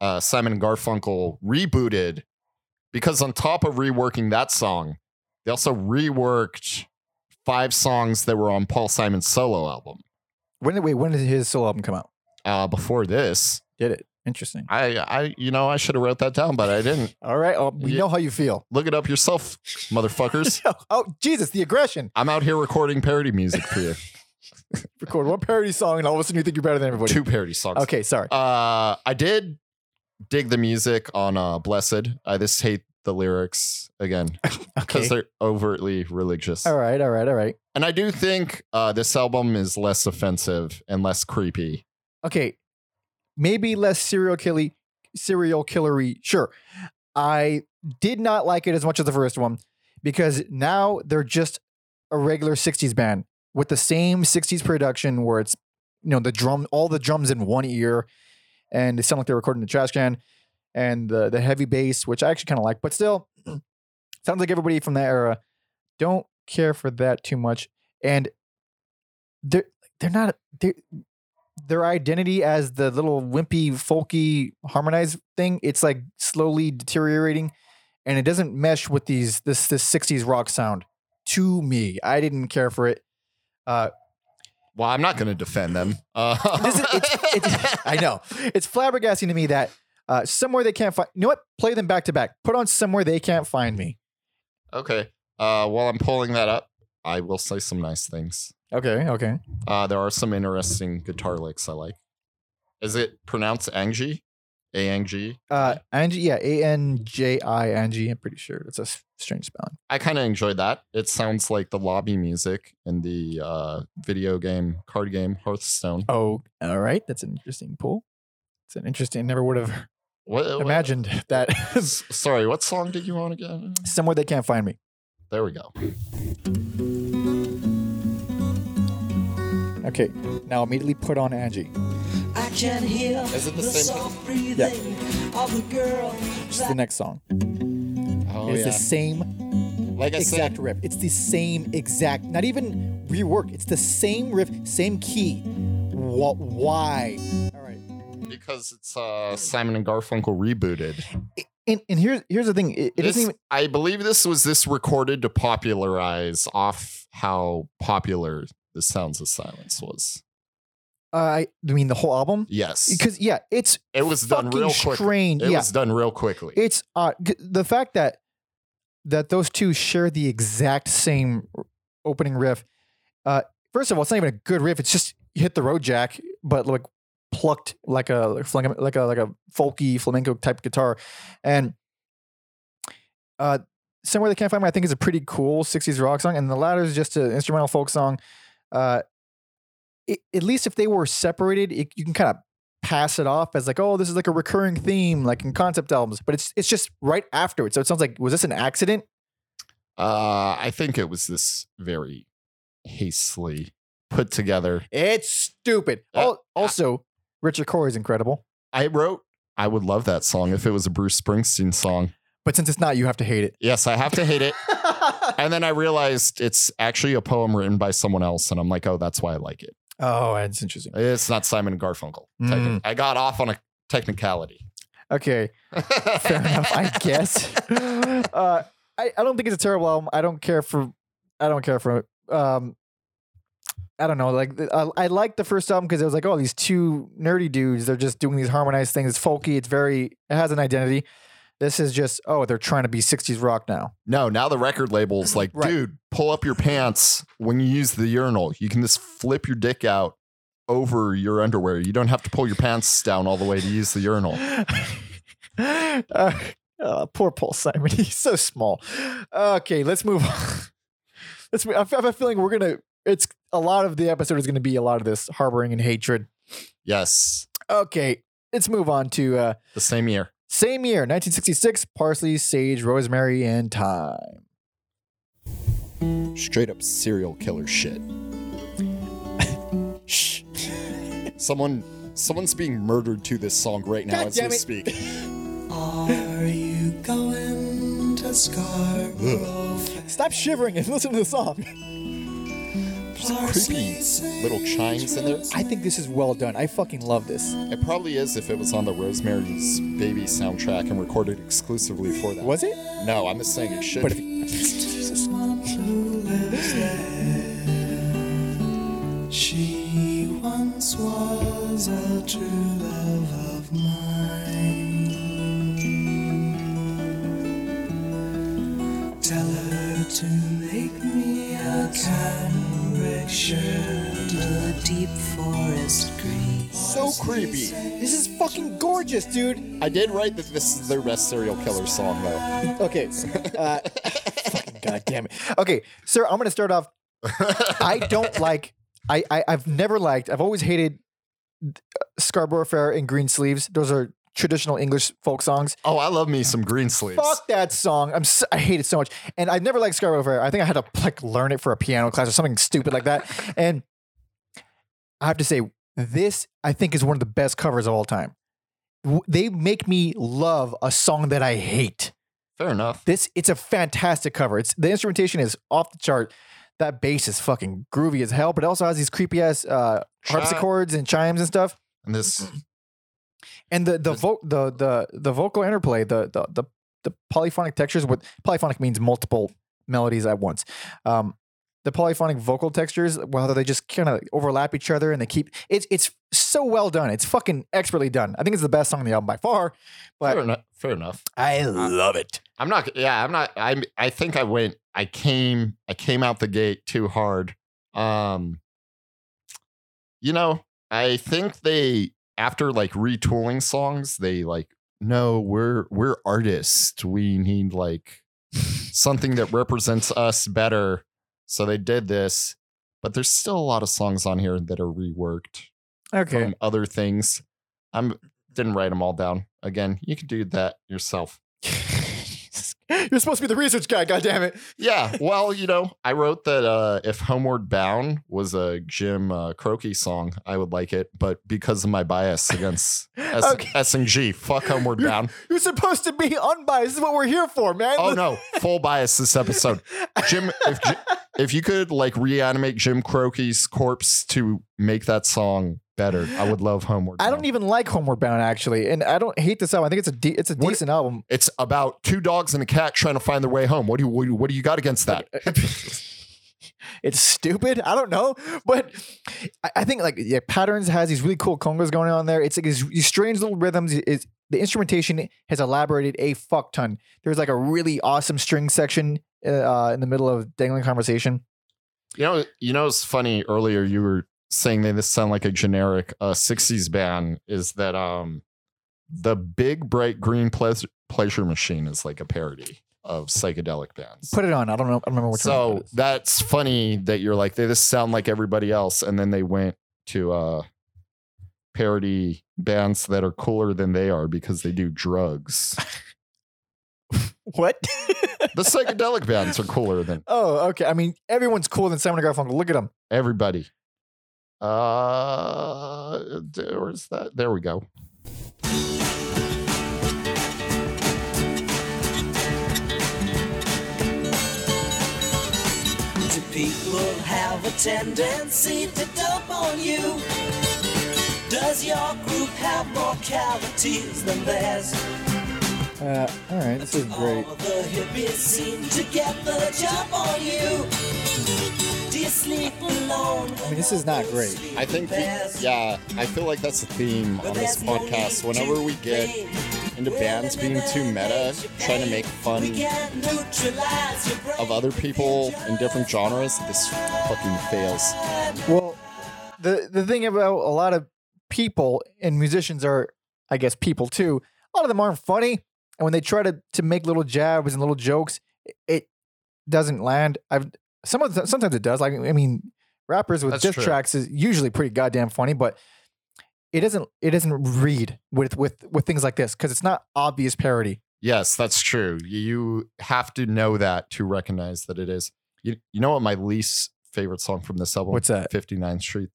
[SPEAKER 2] uh, Simon and Garfunkel rebooted because on top of reworking that song, they also reworked five songs that were on Paul Simon's solo album.
[SPEAKER 1] When did wait? When did his solo album come out?
[SPEAKER 2] Uh, before this,
[SPEAKER 1] Did it? Interesting.
[SPEAKER 2] I, I, you know, I should have wrote that down, but I didn't.
[SPEAKER 1] All right. Well, we
[SPEAKER 2] Yeah.
[SPEAKER 1] know how you feel.
[SPEAKER 2] Look it up yourself, motherfuckers.
[SPEAKER 1] Oh Jesus, the aggression!
[SPEAKER 2] I'm out here recording parody music for you.
[SPEAKER 1] Record one parody song, and all of a sudden you think you're better than everybody.
[SPEAKER 2] Two parody songs.
[SPEAKER 1] Okay, sorry.
[SPEAKER 2] Uh, I did dig the music on uh, Blessed. I just hate the lyrics again because
[SPEAKER 1] okay.
[SPEAKER 2] they're overtly religious.
[SPEAKER 1] All right. All right. All right.
[SPEAKER 2] And I do think uh, this album is less offensive and less creepy.
[SPEAKER 1] Okay. Maybe less serial killy, serial killery. Sure. I did not like it as much as the first one because now they're just a regular '60s band with the same '60s production, where it's you know the drum, all the drums in one ear, and they sound like they're recording in a trash can, and the the heavy bass, which I actually kind of like, but still, sounds like everybody from that era don't care for that too much, and they're they're not they their identity as the little wimpy folky harmonized thing it's like slowly deteriorating and it doesn't mesh with these this this 60s rock sound to me i didn't care for it uh
[SPEAKER 2] Well, I'm not going to defend them. Uh,
[SPEAKER 1] this is, it's, it's, I know it's flabbergasting to me that uh, somewhere they can't find. You know what? Play them back to back. Put on somewhere they can't find me.
[SPEAKER 2] okay. Uh, while I'm pulling that up, I will say some nice things.
[SPEAKER 1] Okay, okay.
[SPEAKER 2] Uh, there are some interesting guitar licks I like. Is it pronounced Angie? A N G?
[SPEAKER 1] Uh, Angie, yeah, A N J I Angie. I'm pretty sure that's a s- strange spelling.
[SPEAKER 2] I kind of enjoyed that. It sounds like the lobby music in the uh, video game, card game Hearthstone.
[SPEAKER 1] Oh, all right. That's an interesting pull. It's an interesting. Never would have
[SPEAKER 2] What, what-
[SPEAKER 1] imagined that
[SPEAKER 2] S- sorry, what song did you want again?
[SPEAKER 1] somewhere they can't find me.
[SPEAKER 2] There we go.
[SPEAKER 1] Okay, now immediately put on Angie.
[SPEAKER 3] I can hear
[SPEAKER 2] Is it the
[SPEAKER 3] the,
[SPEAKER 2] same-
[SPEAKER 3] soft breathing of the girl
[SPEAKER 1] Which is the next song.
[SPEAKER 2] Oh,
[SPEAKER 1] it's
[SPEAKER 2] yeah.
[SPEAKER 1] the same
[SPEAKER 2] like I
[SPEAKER 4] exact
[SPEAKER 2] said,
[SPEAKER 4] riff. It's the same exact, not even rework. It's the same riff, same key. Wha why? All right.
[SPEAKER 2] because it's uh, Simon and Garfunkel rebooted.
[SPEAKER 1] And and here's here's the thing. It, it
[SPEAKER 2] This-
[SPEAKER 1] doesn't even.
[SPEAKER 2] I believe this was this recorded to popularize off how popular The Sounds of Silence was.
[SPEAKER 1] uh, I mean the whole album
[SPEAKER 2] Yes.
[SPEAKER 1] because yeah, it's
[SPEAKER 2] It was done
[SPEAKER 1] fucking
[SPEAKER 2] real quick.
[SPEAKER 1] strained.
[SPEAKER 2] It
[SPEAKER 1] yeah,
[SPEAKER 2] was done real quickly.
[SPEAKER 1] it's uh, g- the fact that that those two share the exact same r- opening riff. Uh, first of all, it's not even a good riff. It's just you hit the road jack, but like plucked like a like flam- like a like a folky flamenco type guitar, and uh, somewhere they can't find me. I think is a pretty cool '60s rock song, and the latter is just an instrumental folk song. Uh, it, at least if they were separated, it, you can kind of pass it off as like, oh, this is like a recurring theme, like in concept albums. But it's it's just right afterwards. So it sounds like was this an accident?
[SPEAKER 2] uh, I think it was this very hastily put together.
[SPEAKER 1] It's stupid.
[SPEAKER 2] Uh,
[SPEAKER 1] Al- also, Richard Corey's incredible.
[SPEAKER 2] I wrote, I would love that song if it was a Bruce Springsteen song.
[SPEAKER 1] But since it's not, you have to hate it.
[SPEAKER 2] Yes, I have to hate it. and then I realized it's actually a poem written by someone else. And I'm like, oh, that's why I like it.
[SPEAKER 1] oh, that's interesting.
[SPEAKER 2] It's not Simon and Garfunkel. technic- I got off on a technicality.
[SPEAKER 1] Okay. fair enough, I guess. Uh, I, I don't think it's a terrible album. I don't care for I don't care for it. Um, I don't know. Like th- I, I liked the first album because it was like, oh, these two nerdy dudes. They're just doing these harmonized things. It's folky. It's very. It has an identity. This is just oh, they're trying to be '60s rock now.
[SPEAKER 2] No, now the record label's like,
[SPEAKER 1] Right.
[SPEAKER 2] dude, pull up your pants when you use the urinal. You can just flip your dick out over your underwear. You don't have to pull your pants down all the way to use the urinal.
[SPEAKER 1] uh, uh, poor Paul Simon. He's so small. Okay, let's move on. Let's. I have a feeling we're gonna. It's a lot of the episode is gonna be a lot of this harboring and hatred.
[SPEAKER 2] Yes,
[SPEAKER 1] Okay, let's move on to uh,
[SPEAKER 2] the same year.
[SPEAKER 1] same year, 1966, Parsley, Sage, Rosemary, and Thyme.
[SPEAKER 2] Straight up serial killer shit. Shh. Someone, someone's being murdered to this song right now
[SPEAKER 4] God
[SPEAKER 2] as we
[SPEAKER 4] damn it.
[SPEAKER 2] speak.
[SPEAKER 3] Are you going to Scarborough?
[SPEAKER 4] Stop shivering and listen to the song.
[SPEAKER 2] Creepy little chimes in there.
[SPEAKER 4] I think this is well done. I fucking love this.
[SPEAKER 2] It probably is if it was on the Rosemary's Baby soundtrack and recorded exclusively for that.
[SPEAKER 4] Was it?
[SPEAKER 2] No, I'm just saying it should.
[SPEAKER 4] But
[SPEAKER 2] be.
[SPEAKER 3] She once was a true love of mine. Tell her to make me a cambric shirt to the deep forest green.
[SPEAKER 2] so creepy.
[SPEAKER 4] This is fucking gorgeous, dude.
[SPEAKER 2] I did write that this is their best serial killer song, though.
[SPEAKER 4] Okay. Uh, fucking God damn it.
[SPEAKER 1] Okay, sir, I'm going to start off. I don't like, I, I, I've never liked, I've always hated uh, Scarborough Fair and Green Sleeves. Those are traditional English folk songs.
[SPEAKER 2] Oh, I love me some green sleeves.
[SPEAKER 1] Fuck that song. I'm si hate it so much. And I've never liked Scarborough Fair. I think I had to like learn it for a piano class or something stupid like that. And I have to say, this I think is one of the best covers of all time. W- They make me love a song that I hate.
[SPEAKER 2] Fair enough.
[SPEAKER 1] This it's a fantastic cover. It's the instrumentation is off the chart. That bass is fucking groovy as hell, but it also has these creepy ass uh, harpsichords and chimes and stuff.
[SPEAKER 2] And this,
[SPEAKER 1] And the the vo- the the the vocal interplay, the the the, the polyphonic textures. What polyphonic means multiple melodies at once. Um, the polyphonic vocal textures, whether they just kind of overlap each other and they keep it's it's so well done. It's fucking expertly done. I think it's the best song on the album by far. Uh,
[SPEAKER 2] fair
[SPEAKER 1] But
[SPEAKER 2] enough. Fair enough.
[SPEAKER 1] I love it.
[SPEAKER 2] I'm not. Yeah, I'm not. I'm. I think I went. I came. I came out the gate too hard. Um, you know, I think they after like retooling songs, they like no, we're we're artists. We need like something that represents us better. So they did this, but there's still a lot of songs on here that are reworked
[SPEAKER 1] Okay.
[SPEAKER 2] from other things. I'm didn't write them all down. Again, you can do that yourself.
[SPEAKER 1] You're supposed to be the research guy, goddammit.
[SPEAKER 2] yeah well you know i wrote that uh if homeward bound was a jim uh, croce song i would like it but because of my bias against S-
[SPEAKER 1] Okay.
[SPEAKER 2] s&g fuck homeward
[SPEAKER 1] You're-
[SPEAKER 2] bound
[SPEAKER 1] You're supposed to be unbiased. This is what we're here for, man.
[SPEAKER 2] oh no full bias this episode jim if, Ji- if you could like reanimate jim croce's corpse to make that song better i would love homeward
[SPEAKER 1] I
[SPEAKER 2] Bound.
[SPEAKER 1] don't even like Homeward Bound actually, and I don't hate this album. I think it's a de- it's a
[SPEAKER 2] What-
[SPEAKER 1] decent album.
[SPEAKER 2] it's about two dogs and a cat trying to find their way home what do you what do you, what do you got against that
[SPEAKER 1] It's stupid. I don't know, but I, I think like yeah, patterns has these really cool congos going on there. It's like these, these strange little rhythms. It's, the instrumentation has elaborated a fuck ton. There's like a really awesome string section uh, in the middle of dangling conversation.
[SPEAKER 2] You know, you know, it's funny. Earlier, you were saying that this sound like a generic uh, '60s band. Is that um, the Big Bright Green Pleas- Pleasure Machine is like a parody of psychedelic bands.
[SPEAKER 1] Put it on. I don't know. I don't remember which one.
[SPEAKER 2] so
[SPEAKER 1] it is.
[SPEAKER 2] that's funny that you're like they just sound like everybody else, and then they went to uh, parody bands that are cooler than they are because they do drugs.
[SPEAKER 1] what?
[SPEAKER 2] the psychedelic bands are cooler than
[SPEAKER 1] oh, okay. I mean, everyone's cooler than Simon and Garfunkel. Look at them.
[SPEAKER 2] everybody. Uh, there was that. There we go.
[SPEAKER 3] To people have a tendency to dump on you. Does your group have more cavities than theirs?
[SPEAKER 4] Uh, all right, this is great.
[SPEAKER 3] All the hippies seem to get the jump on you. Do you sleep alone?
[SPEAKER 4] I mean, this is not great.
[SPEAKER 2] I think, we, yeah, I feel like that's the theme on this podcast. Whenever we get into bands being too meta, trying to make fun of other people in different genres, this fucking fails.
[SPEAKER 4] Well,
[SPEAKER 1] the the thing about a lot of people and musicians are, I guess, people too. A lot of them aren't funny, and when they try to to make little jabs and little jokes, i- it doesn't land. I've some of the- sometimes it does. Like I mean, rappers with
[SPEAKER 2] That's
[SPEAKER 1] diss
[SPEAKER 2] true.
[SPEAKER 1] tracks is usually pretty goddamn funny, but it doesn't it doesn't read with with with things like this because it's not obvious parody.
[SPEAKER 2] Yes, that's true. You have to know that to recognize that it is. You, you know what my least favorite song from this album?
[SPEAKER 1] What's that?
[SPEAKER 2] 59th Street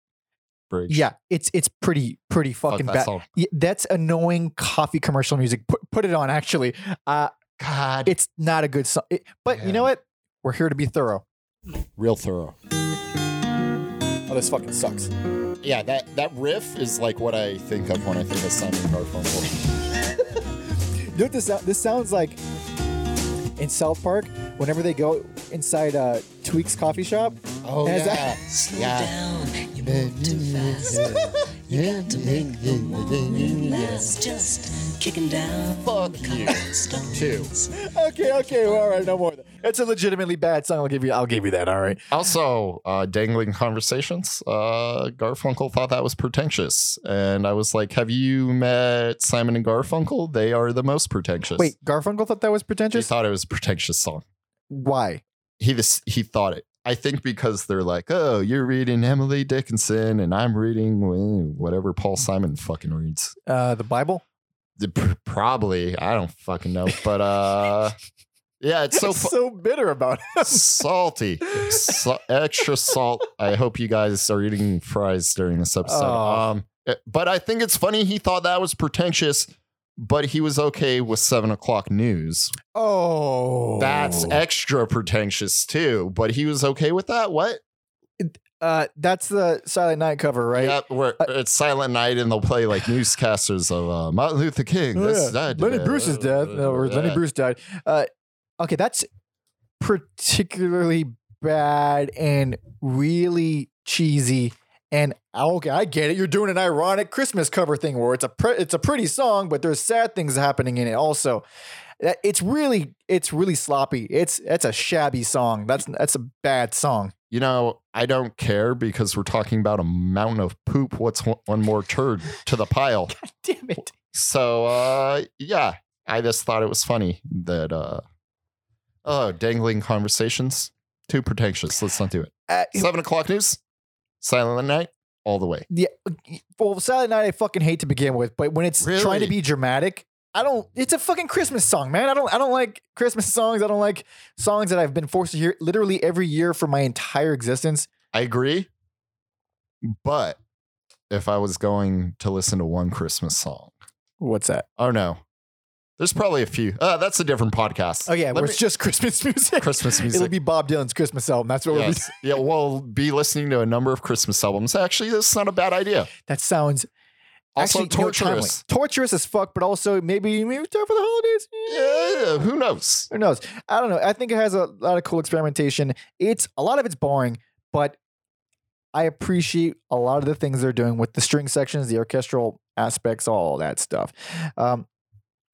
[SPEAKER 2] Bridge.
[SPEAKER 1] Yeah, it's it's pretty pretty
[SPEAKER 2] Fuck
[SPEAKER 1] fucking
[SPEAKER 2] that
[SPEAKER 1] bad.
[SPEAKER 2] song.
[SPEAKER 1] Yeah, that's annoying coffee commercial music. Put put it on actually. Uh,
[SPEAKER 2] God,
[SPEAKER 1] it's not a good song. It- but you know
[SPEAKER 2] Yeah.
[SPEAKER 1] what? We're here to be thorough.
[SPEAKER 2] real thorough.
[SPEAKER 4] oh, this fucking sucks.
[SPEAKER 2] Yeah, that, that riff is like what I think of when I think of Simon Garfunkel.
[SPEAKER 4] You know what this sou- this sounds like? In South Park, whenever they go inside uh, Tweak's coffee shop,
[SPEAKER 2] Oh,
[SPEAKER 4] There's
[SPEAKER 2] yeah.
[SPEAKER 4] that-
[SPEAKER 3] Slow
[SPEAKER 2] yeah.
[SPEAKER 3] down, you move too fast. You got to make the morning last. Just kicking down
[SPEAKER 2] Fuck you.
[SPEAKER 3] stones.
[SPEAKER 2] Two.
[SPEAKER 4] okay, okay, well, all right, no more.
[SPEAKER 1] It's a legitimately bad song. I'll give you. I'll give you that. All right.
[SPEAKER 2] Also, uh, dangling conversations. Uh, Garfunkel thought that was pretentious, and I was like, "Have you met Simon and Garfunkel? They are the most pretentious."
[SPEAKER 1] Wait, Garfunkel thought that was
[SPEAKER 2] he
[SPEAKER 1] pretentious.
[SPEAKER 2] thought it was a pretentious song.
[SPEAKER 1] Why?
[SPEAKER 2] He this he thought it. I think because they're like, "Oh, you're reading Emily Dickinson, and I'm reading wh- whatever Paul Simon fucking reads."
[SPEAKER 1] Uh, the Bible.
[SPEAKER 2] The- pr- Probably, I don't fucking know, but uh, yeah, it's so fu-
[SPEAKER 1] so bitter about it.
[SPEAKER 2] salty Sa- extra salt i hope you guys are eating fries during this episode
[SPEAKER 1] Aw.
[SPEAKER 2] um it- but i think it's funny he thought that was pretentious but he was okay with seven o'clock news
[SPEAKER 1] oh,
[SPEAKER 2] that's extra pretentious too but he was okay with that what
[SPEAKER 1] uh, that's the Silent Night cover, right?
[SPEAKER 2] yeah where it's silent night and they'll play like newscasters of uh, martin luther king
[SPEAKER 1] Oh,
[SPEAKER 2] this,
[SPEAKER 1] yeah.
[SPEAKER 2] that,
[SPEAKER 1] Lenny
[SPEAKER 2] uh,
[SPEAKER 1] Bruce's death. No, or Lenny
[SPEAKER 2] yeah.
[SPEAKER 1] Bruce died. Uh, okay, that's particularly bad and really cheesy. And oh, okay, I get it. You're doing an ironic Christmas cover thing where it's a pre- it's a pretty song, but there's sad things happening in it also. That it's really it's really sloppy. It's that's a shabby song. That's that's a bad song.
[SPEAKER 2] you know, I don't care because we're talking about a mountain of poop. What's one- one more turd to the pile?
[SPEAKER 1] Damn it.
[SPEAKER 2] So uh yeah, I just thought it was funny that uh oh dangling conversations. Too pretentious. Let's not do it.
[SPEAKER 1] Uh,
[SPEAKER 2] Seven o'clock news, silent night, all the way.
[SPEAKER 1] Yeah. Well, Silent Night I fucking hate to begin with, but when it's trying to
[SPEAKER 2] Really?
[SPEAKER 1] be dramatic, I don't it's a fucking Christmas song, man. I don't I don't like Christmas songs. I don't like songs that I've been forced to hear literally every year for my entire existence.
[SPEAKER 2] I agree. But if I was going to listen to one Christmas song,
[SPEAKER 1] What's that?
[SPEAKER 2] oh no. There's probably a few. Uh, that's a different podcast.
[SPEAKER 1] Oh yeah,
[SPEAKER 2] Let
[SPEAKER 1] where it's
[SPEAKER 2] me-
[SPEAKER 1] just Christmas music.
[SPEAKER 2] Christmas music.
[SPEAKER 1] It'll be Bob Dylan's Christmas album. That's what it'll be.
[SPEAKER 2] Yes. yeah, we'll be listening to a number of Christmas albums. Actually, that's not a bad idea.
[SPEAKER 1] That sounds
[SPEAKER 2] Also
[SPEAKER 1] Actually, you know, timely.
[SPEAKER 2] torturous.
[SPEAKER 1] torturous as fuck, but also maybe maybe time for the holidays.
[SPEAKER 2] yeah, who knows?
[SPEAKER 1] Who knows? I don't know. I think it has a lot of cool experimentation. It's a lot of it's boring, but I appreciate a lot of the things they're doing with the string sections, the orchestral aspects, all that stuff. Um,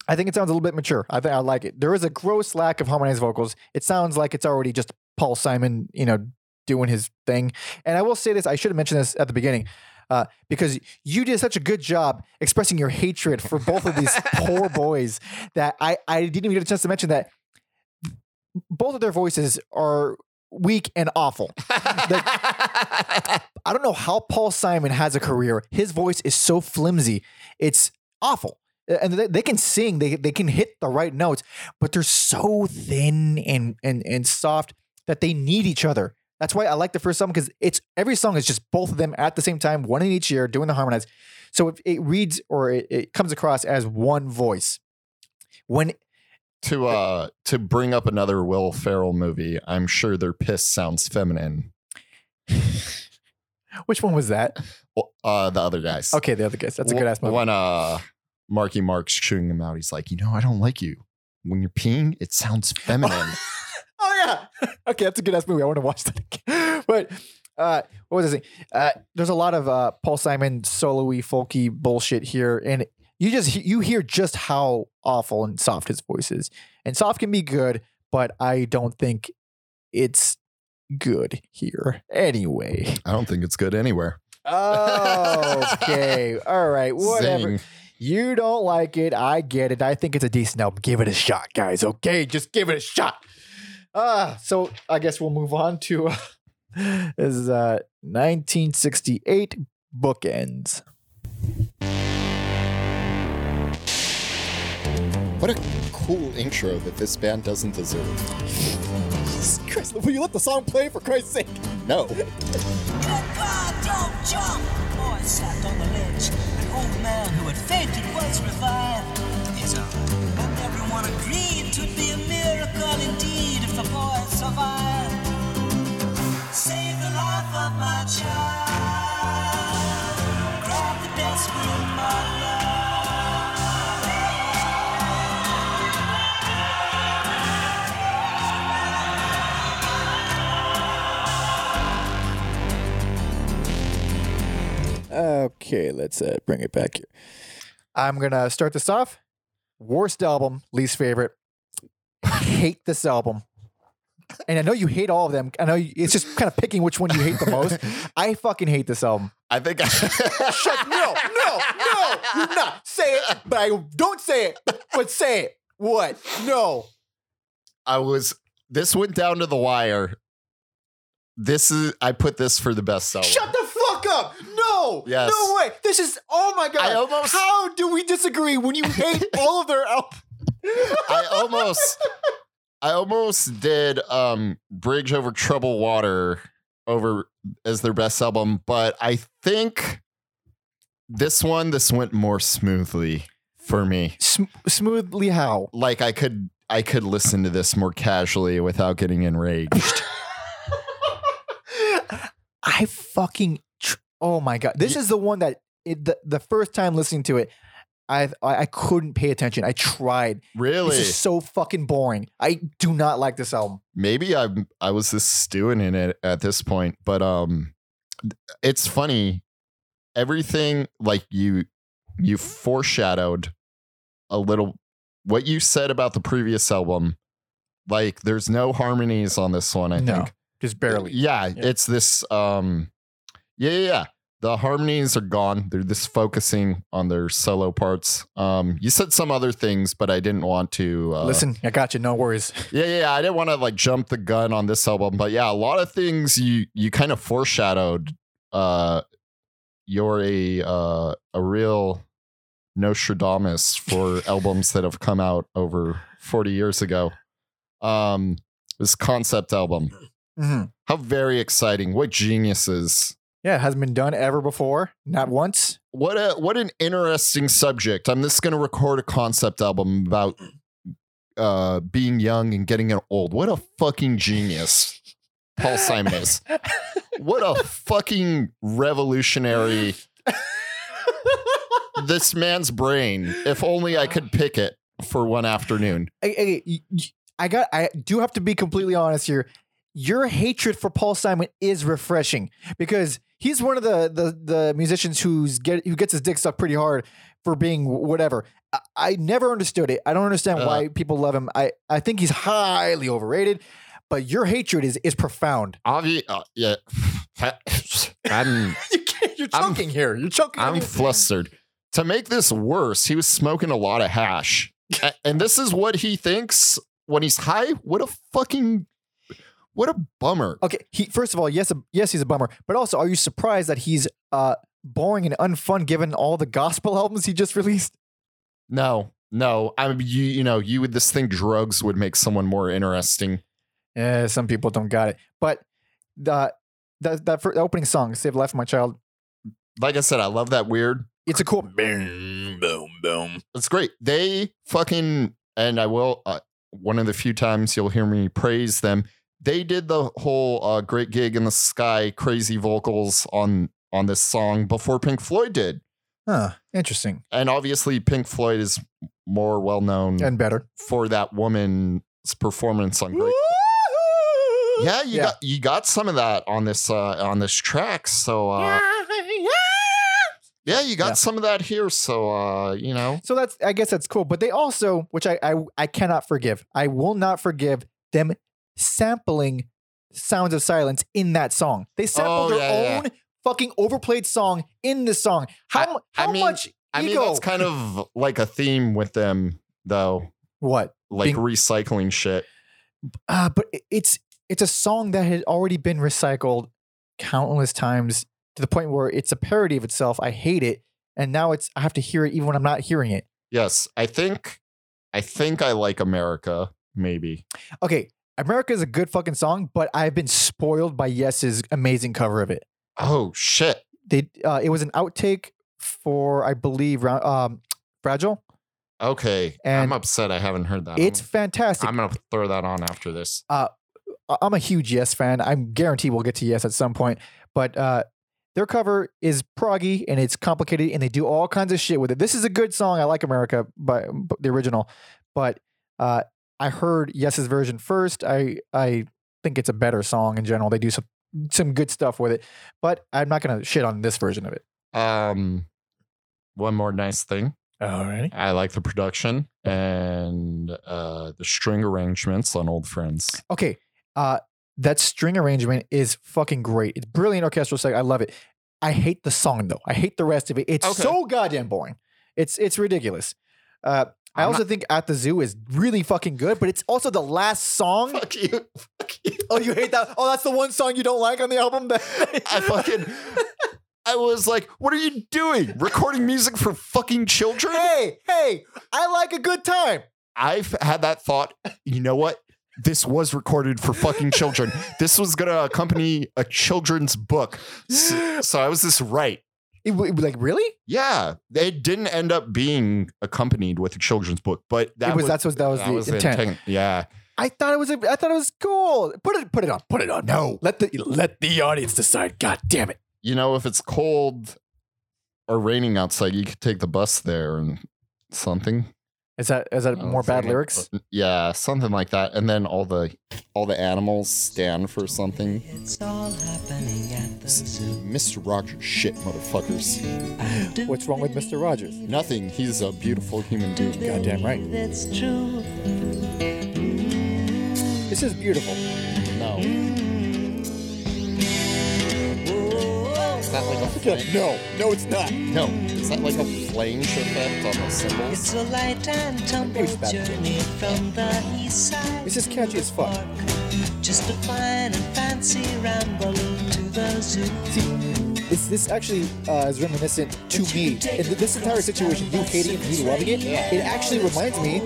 [SPEAKER 1] I think it sounds a little bit mature. I think I like it. There is a gross lack of harmonized vocals. It sounds like it's already just Paul Simon, you know, doing his thing. And I will say this, I should have mentioned this at the beginning. Uh, because you did such a good job expressing your hatred for both of these poor boys that I, I didn't even get a chance to mention that both of their voices are weak and awful. I don't know how Paul Simon has a career. His voice is so flimsy. It's awful. And they, they can sing, they, they can hit the right notes, but they're so thin and, and, and soft that they need each other. That's why I like the first song because it's every song is just both of them at the same time, one in each ear, doing the harmonize. So it, it reads or it, it comes across as one voice. When
[SPEAKER 2] to uh to bring up another Will Ferrell movie, I'm sure their piss sounds feminine.
[SPEAKER 1] which one was that?
[SPEAKER 2] Well, Uh, the other guys.
[SPEAKER 1] Okay, the other guess. That's a good ass
[SPEAKER 2] one.
[SPEAKER 1] movie.
[SPEAKER 2] When uh, Marky Mark's chewing him out, he's like, you know, I don't like you. When you're peeing, it sounds feminine.
[SPEAKER 1] Oh yeah. okay, that's a good ass movie. I want to watch that again. but uh, what was I saying? Uh, there's a lot of uh, Paul Simon solo-y, folky bullshit here, and you just you hear just how awful and soft his voice is. And soft can be good, but I don't think it's good here anyway.
[SPEAKER 2] I don't think it's good anywhere.
[SPEAKER 1] okay, all right, whatever.
[SPEAKER 2] Zing.
[SPEAKER 1] You don't like it. I get it. I think it's a decent album. Give it a shot, guys. Okay, just give it a shot. Uh, so I guess we'll move on to uh, this is uh 1968 bookends.
[SPEAKER 2] What a cool intro that this band doesn't deserve.
[SPEAKER 4] Chris, will you let the song play for Christ's sake?
[SPEAKER 2] No.
[SPEAKER 3] Good God, don't jump! The boy sat on the ledge. An old man who had fainted was revived. His arm. And everyone agreed it would be a miracle indeed if the boy survived. Save the life of my child. Grab the desperate mother.
[SPEAKER 4] Okay, let's uh, bring it back here.
[SPEAKER 1] I'm gonna start this off. Worst album, least favorite. hate this album. And I know you hate all of them. I know you, it's just kind of picking which one you hate the most. I fucking hate this album.
[SPEAKER 2] I think I,
[SPEAKER 1] Shut no, no, no, you're not. Say it, but I don't say it, but say it. What? No.
[SPEAKER 2] I was. This went down to the wire. This is. I put this for the best seller.
[SPEAKER 1] Shut the fuck up. No.
[SPEAKER 2] Oh. Yes.
[SPEAKER 1] No way. This is oh my god.
[SPEAKER 2] I almost-
[SPEAKER 1] How do we disagree when you hate all of their albums?
[SPEAKER 2] I almost I almost did um Bridge over Troubled Water over as their best album, but I think this one this went more smoothly for me.
[SPEAKER 1] Sm- smoothly how?
[SPEAKER 2] Like I could I could listen to this more casually without getting enraged.
[SPEAKER 1] I fucking tr- oh my god. This is the one that it, the, the first time listening to it I, I I couldn't pay attention. I tried.
[SPEAKER 2] Really?
[SPEAKER 1] This is so fucking boring. I do not like this album.
[SPEAKER 2] maybe I I was just stewing in it at this point, but um, it's funny. Everything like you you foreshadowed a little what you said about the previous album. Like there's no harmonies on this one. I
[SPEAKER 1] No,
[SPEAKER 2] think
[SPEAKER 1] Just barely.
[SPEAKER 2] Yeah,
[SPEAKER 1] Yeah.
[SPEAKER 2] it's this. Um, yeah, yeah, yeah. The harmonies are gone. They're just focusing on their solo parts. Um, you said some other things, but I didn't want to uh,
[SPEAKER 1] Listen, I got you. No worries.
[SPEAKER 2] yeah, yeah, yeah. I didn't want to like jump the gun on this album, but yeah, a lot of things you you kind of foreshadowed. Uh, you're a uh, a real Nostradamus for albums that have come out over forty years ago. Um, this concept album,
[SPEAKER 1] Mhm.
[SPEAKER 2] how very exciting! What geniuses!
[SPEAKER 1] Yeah, it hasn't been done ever before. Not once.
[SPEAKER 2] What a what an interesting subject. I'm just gonna record a concept album about uh being young and getting old. What a fucking genius Paul Simon is. what a fucking revolutionary this man's brain. If only I could pick it for one afternoon.
[SPEAKER 1] Hey, hey, y- y- I got. I do have to be completely honest here. Your hatred for Paul Simon is refreshing because he's one of the the, the musicians who's get who gets his dick sucked pretty hard for being whatever. I, I never understood it. I don't understand
[SPEAKER 2] Uh.
[SPEAKER 1] why people love him. I I think he's highly overrated, but your hatred is is profound.
[SPEAKER 2] Obvi- uh, yeah. I'm
[SPEAKER 1] You can't, you're
[SPEAKER 2] I'm-
[SPEAKER 1] choking here. You're choking. on
[SPEAKER 2] I'm
[SPEAKER 1] your-
[SPEAKER 2] flustered. To make this worse, he was smoking a lot of hash. A- and this is what he thinks when he's high? What a fucking what a bummer.
[SPEAKER 1] Okay. He first of all, yes, yes, he's a bummer. But also, are you surprised that he's uh boring and unfun given all the gospel albums he just released?
[SPEAKER 2] No, no. I mean, you, you know, you would this thing drugs would make someone more interesting.
[SPEAKER 1] Yeah, Eh, some people don't got it. But the that that fir- opening song, "Save the Life of My Child,"
[SPEAKER 2] Like I said, I love that weird.
[SPEAKER 1] it's a cool.
[SPEAKER 5] Boom, boom, boom.
[SPEAKER 2] It's great. They fucking and I will. Uh, one of the few times you'll hear me praise them. They did the whole uh, great gig in the sky, crazy vocals on on this song before Pink Floyd did,
[SPEAKER 1] Huh. Interesting
[SPEAKER 2] and obviously Pink Floyd is more well known
[SPEAKER 1] and better.
[SPEAKER 2] for that woman's performance on Great. Yeah, you
[SPEAKER 1] Yeah.
[SPEAKER 2] got you got some of that on this uh, on this track. So uh, Yeah, you got
[SPEAKER 1] Yeah.
[SPEAKER 2] some of that here, so uh, you know.
[SPEAKER 1] So that's I guess that's cool. But they also, which I I, I cannot forgive. I will not forgive them sampling "Sounds of Silence" in that song. They sampled
[SPEAKER 2] Oh,
[SPEAKER 1] their
[SPEAKER 2] yeah, yeah.
[SPEAKER 1] own fucking overplayed song in this song. How mu-
[SPEAKER 2] I
[SPEAKER 1] how
[SPEAKER 2] mean-
[SPEAKER 1] much
[SPEAKER 2] I mean,
[SPEAKER 1] ego?
[SPEAKER 2] that's kind of like a theme with them, though,
[SPEAKER 1] what?
[SPEAKER 2] like
[SPEAKER 1] Being-
[SPEAKER 2] recycling shit.
[SPEAKER 1] Uh, but i- it's it's a song that had already been recycled countless times to the point where it's a parody of itself. I hate it, and now it's I have to hear it even when I'm not hearing it.
[SPEAKER 2] Yes, I think, I think I like America. Maybe
[SPEAKER 1] Okay, America is a good fucking song, but I've been spoiled by Yes's amazing cover of it.
[SPEAKER 2] Oh shit!
[SPEAKER 1] They uh, it was an outtake for I believe Ra- um, Fragile.
[SPEAKER 2] Okay,
[SPEAKER 1] And
[SPEAKER 2] I'm upset. I haven't heard that.
[SPEAKER 1] It's
[SPEAKER 2] I'm-
[SPEAKER 1] fantastic.
[SPEAKER 2] I'm gonna throw that on after this.
[SPEAKER 1] I- I'm a huge Yes fan. I guarantee we'll get to Yes at some point. But uh, their cover is proggy and it's complicated, and they do all kinds of shit with it. This is a good song. I like America, but, but the original. But uh, I heard Yes's version first. I I think it's a better song in general. They do some some good stuff with it, but I'm not gonna shit on this version of it.
[SPEAKER 2] Um, one more nice thing.
[SPEAKER 1] Alrighty.
[SPEAKER 2] I like the production and uh, the string arrangements on Old Friends.
[SPEAKER 1] Okay. Uh, that string arrangement is fucking great. It's brilliant orchestral seg. I love it. I hate the song though. I hate the rest of it. It's
[SPEAKER 2] Okay.
[SPEAKER 1] so goddamn boring. It's it's ridiculous. Uh, I
[SPEAKER 2] I'm
[SPEAKER 1] also think At the Zoo is really fucking good, but it's also the last song.
[SPEAKER 2] Fuck you! Fuck you!
[SPEAKER 1] Oh, you hate that? Oh, that's the one song you don't like on the album. That
[SPEAKER 2] I fucking I was like, what are you doing? Recording music for fucking children?
[SPEAKER 1] Hey, hey! I like a good time.
[SPEAKER 2] I've had that thought, you know what? This was recorded for fucking children. This was gonna accompany a children's book. So, so I was this right.
[SPEAKER 1] It w- it was like really?
[SPEAKER 2] Yeah. They didn't end up being accompanied with a children's book, but that
[SPEAKER 1] it was, that's what that was
[SPEAKER 2] that
[SPEAKER 1] the
[SPEAKER 2] was the
[SPEAKER 1] intent.
[SPEAKER 2] intent. Yeah.
[SPEAKER 1] I thought it was a, I thought it was cool. Put it put it on. Put it on. No, let the let the audience decide. God damn it.
[SPEAKER 2] You know, if it's cold or raining outside, you could take the bus there and something.
[SPEAKER 1] Is that is that
[SPEAKER 2] I don't
[SPEAKER 1] more bad
[SPEAKER 2] think it-
[SPEAKER 1] lyrics?
[SPEAKER 2] yeah something like that and then all the all the animals stand for something
[SPEAKER 3] It's all happening at the zoo.
[SPEAKER 2] mr rogers shit motherfuckers
[SPEAKER 4] What's wrong with Mr. Rogers?
[SPEAKER 2] nothing he's a beautiful human being
[SPEAKER 4] Goddamn right.
[SPEAKER 3] That's true.
[SPEAKER 4] This is beautiful.
[SPEAKER 2] no is that like a
[SPEAKER 4] Yeah,
[SPEAKER 2] flange?
[SPEAKER 4] no, no, it's not.
[SPEAKER 2] no is that like a flange effect on the cymbals
[SPEAKER 3] It's a light and tumble
[SPEAKER 4] Maybe it's bad.
[SPEAKER 3] journey from the east side.
[SPEAKER 4] This is catchy as fuck.
[SPEAKER 3] Just a fine and fancy ramble to the zoo.
[SPEAKER 4] See, this this actually uh, is reminiscent to me. And th- this entire situation, you hating it, me loving it, it actually reminds me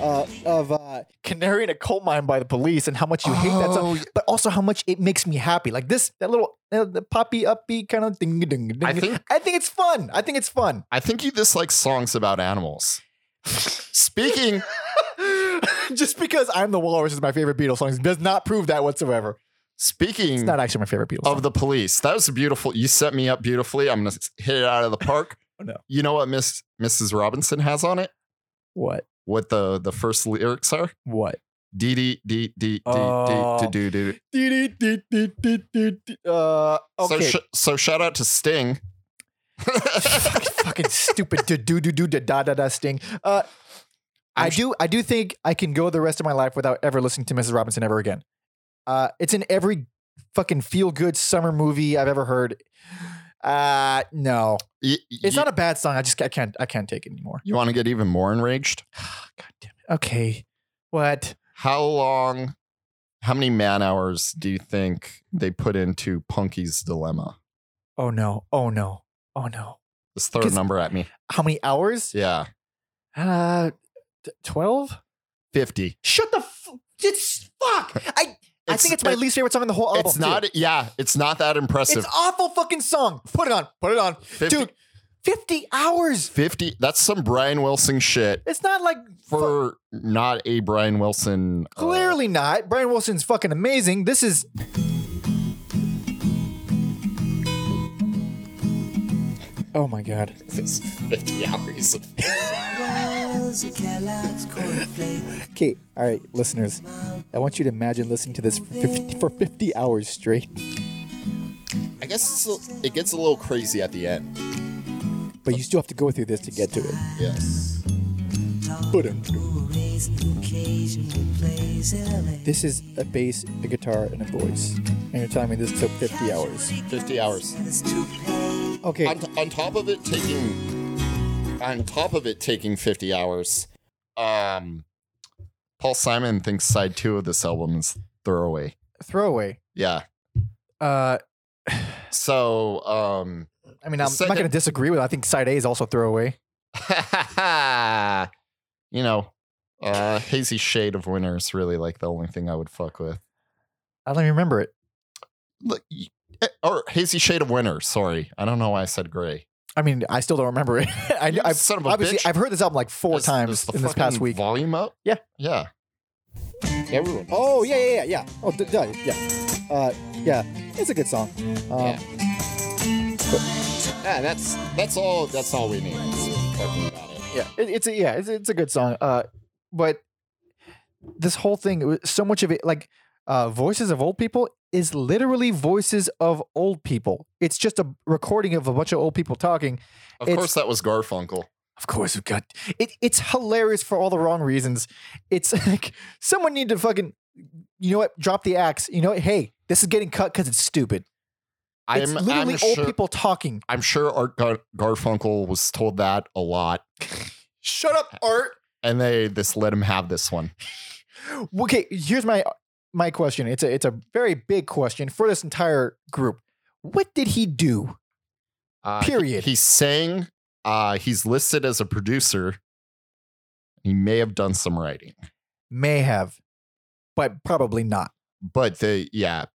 [SPEAKER 4] uh, of uh,
[SPEAKER 1] Canary in a coal mine by the police and how much you hate that
[SPEAKER 2] Oh,
[SPEAKER 1] song,
[SPEAKER 2] yeah.
[SPEAKER 1] but also how much it makes me happy. Like this, that little uh, the poppy uppy kind of thing. Ding, ding,
[SPEAKER 2] I think-
[SPEAKER 1] I think it's fun. I think it's fun.
[SPEAKER 2] i think you dislike songs about animals speaking
[SPEAKER 1] Just because I'm the walrus is my favorite Beatles song does not prove that whatsoever.
[SPEAKER 2] speaking
[SPEAKER 1] It's not actually my favorite Beatles.
[SPEAKER 2] of
[SPEAKER 1] song.
[SPEAKER 2] the police that was a beautiful you set me up beautifully i'm gonna hit it out of the park
[SPEAKER 1] Oh, no.
[SPEAKER 2] You know what Miss Mrs. Robinson has on it?
[SPEAKER 1] What?
[SPEAKER 2] What the the first lyrics are?
[SPEAKER 1] What?
[SPEAKER 2] D D D D D D
[SPEAKER 1] Oh.
[SPEAKER 2] do do do.
[SPEAKER 1] Uh,
[SPEAKER 2] So
[SPEAKER 1] okay.
[SPEAKER 2] sh- so shout out to Sting.
[SPEAKER 1] fucking stupid do do do do da da da da sting. Uh, I do I do think I can go the rest of my life without ever listening to Mrs. Robinson ever again. Uh, it's in every fucking feel good summer movie I've ever heard. Uh, no,
[SPEAKER 2] Y-
[SPEAKER 1] it's
[SPEAKER 2] y-
[SPEAKER 1] not a bad song. I just I can't I can't take it anymore.
[SPEAKER 2] you want to get even more enraged?
[SPEAKER 1] God damn it. Okay, what?
[SPEAKER 2] How long? How many man hours do you think they put into Punky's dilemma?
[SPEAKER 1] Oh no! Oh no! Oh no!
[SPEAKER 2] Just throw a
[SPEAKER 1] 'Cause-
[SPEAKER 2] number at me.
[SPEAKER 1] How many hours?
[SPEAKER 2] Yeah,
[SPEAKER 1] Uh, twelve.
[SPEAKER 2] fifty.
[SPEAKER 1] Shut the. F- it's fuck. I. I think it's my
[SPEAKER 2] it-
[SPEAKER 1] least favorite song in the whole album.
[SPEAKER 2] It's
[SPEAKER 1] too.
[SPEAKER 2] not. Yeah, it's not that impressive.
[SPEAKER 1] Oh, It's awful fucking song. Put it on. Put it on.
[SPEAKER 2] 50,
[SPEAKER 1] Dude, 50 hours.
[SPEAKER 2] 50 that's some Brian Wilson shit
[SPEAKER 1] It's not like fu-
[SPEAKER 2] for not a Brian Wilson. uh,
[SPEAKER 1] clearly not. Brian Wilson's fucking amazing. This is Oh my god.
[SPEAKER 2] 50 hours. of-
[SPEAKER 4] Okay, all right, listeners. I want you to imagine listening to this for 50, for 50 hours straight.
[SPEAKER 2] I guess it's a, it gets a little crazy at the end.
[SPEAKER 4] But you still have to go through this to get to it.
[SPEAKER 2] Yes.
[SPEAKER 4] This is a bass, a guitar, and a voice. And you're telling me this took 50 hours.
[SPEAKER 2] 50 hours.
[SPEAKER 4] Okay,
[SPEAKER 2] On, t- on top of it taking on top of it taking 50 hours. Um Paul Simon thinks side 2 of this album is throwaway.
[SPEAKER 1] Throwaway.
[SPEAKER 2] Yeah.
[SPEAKER 1] Uh
[SPEAKER 2] So, um
[SPEAKER 1] I mean, I'm, I'm
[SPEAKER 2] Second-
[SPEAKER 1] not going to disagree with. it. I think side A is also throwaway.
[SPEAKER 2] you know, uh Hazy Shade of Winter is really like the only thing I would fuck with.
[SPEAKER 1] I don't even remember it.
[SPEAKER 2] Look, y- eh, or hazy shade of winter. Sorry, I don't know why I said gray.
[SPEAKER 1] I mean, I still don't remember it. I,
[SPEAKER 2] You
[SPEAKER 1] I've,
[SPEAKER 2] son of a
[SPEAKER 1] obviously,
[SPEAKER 2] bitch.
[SPEAKER 1] I've heard this album like four
[SPEAKER 2] Is- is
[SPEAKER 1] times
[SPEAKER 2] the
[SPEAKER 1] in this past
[SPEAKER 2] fucking
[SPEAKER 1] week.
[SPEAKER 2] Volume up.
[SPEAKER 1] Yeah.
[SPEAKER 2] yeah. Everyone.
[SPEAKER 4] Oh yeah, yeah, yeah, yeah. Oh, d- yeah, yeah. Uh, yeah, it's a good song. Um,
[SPEAKER 2] Yeah, that's that's all. That's all we need.
[SPEAKER 1] yeah, it, it's a, yeah, it's, it's a good song. Uh, but this whole thing, it was- so much of it, like uh, voices of old people, is literally voices of old people. It's just a recording of a bunch of old people talking.
[SPEAKER 2] Of
[SPEAKER 1] It's-
[SPEAKER 2] course, that was Garfunkel.
[SPEAKER 1] Of course, we've got it. It's hilarious for all the wrong reasons. It's like someone need to fucking, you know what? Drop the axe. You know what? Hey, this is getting cut because it's stupid.
[SPEAKER 2] I'm
[SPEAKER 1] It's literally
[SPEAKER 2] I'm
[SPEAKER 1] old
[SPEAKER 2] sure,
[SPEAKER 1] people talking.
[SPEAKER 2] I'm sure Art Gar- Garfunkel was told that a lot,
[SPEAKER 1] Shut up, Art.
[SPEAKER 2] and they just let him have this one.
[SPEAKER 1] Okay, here's my my question. It's a it's a very big question for this entire group. What did he do?
[SPEAKER 2] Uh, he-
[SPEAKER 1] Period.
[SPEAKER 2] He, sang. Uh, he's listed as a producer. He may have done some writing.
[SPEAKER 1] May have, but probably not.
[SPEAKER 2] but the yeah,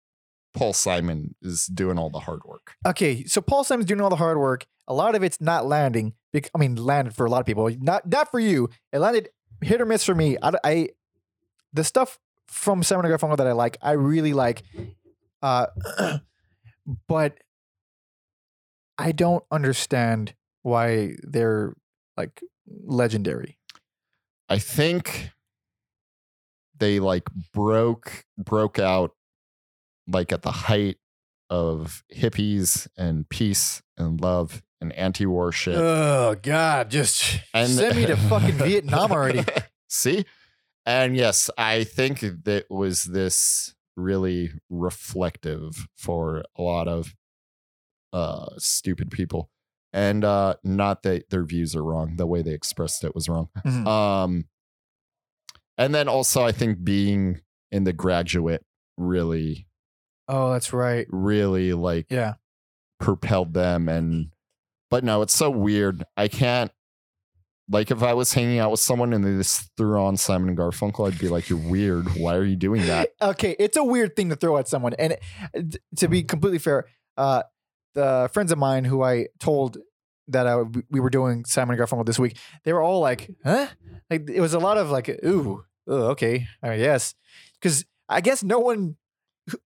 [SPEAKER 2] Paul Simon is doing all the hard work.
[SPEAKER 1] Okay, so Paul Simon's doing all the hard work. A lot of it's not landing. bec- I mean, landed for a lot of people. Not not for you. It landed hit or miss for me. I, I the stuff from Simon and Garfunkel that I like, I really like. Uh, but I don't understand why they're like legendary.
[SPEAKER 2] I think they like broke broke out like at the height of hippies and peace and love and anti-war shit.
[SPEAKER 1] Oh God! Just
[SPEAKER 2] and
[SPEAKER 1] send me to fucking Vietnam already.
[SPEAKER 2] See? And yes, I think that was this really reflective for a lot of uh stupid people. And uh not that their views are wrong, the way they expressed it was wrong.
[SPEAKER 1] Mhm.
[SPEAKER 2] Um and then also I think being in the graduate really
[SPEAKER 1] Oh, that's right.
[SPEAKER 2] really like
[SPEAKER 1] Yeah.
[SPEAKER 2] propelled them and but no it's so weird i can't like if i was hanging out with someone and they just threw on simon and garfunkel i'd be like you're weird why are you doing that
[SPEAKER 1] Okay, it's a weird thing to throw at someone, and it- to be completely fair, uh, the friends of mine who I told that I, we were doing Simon and Garfunkel this week, they were all like, "Huh?" Like it was a lot of like, "Ooh, oh, okay, all right, yes," because I guess no one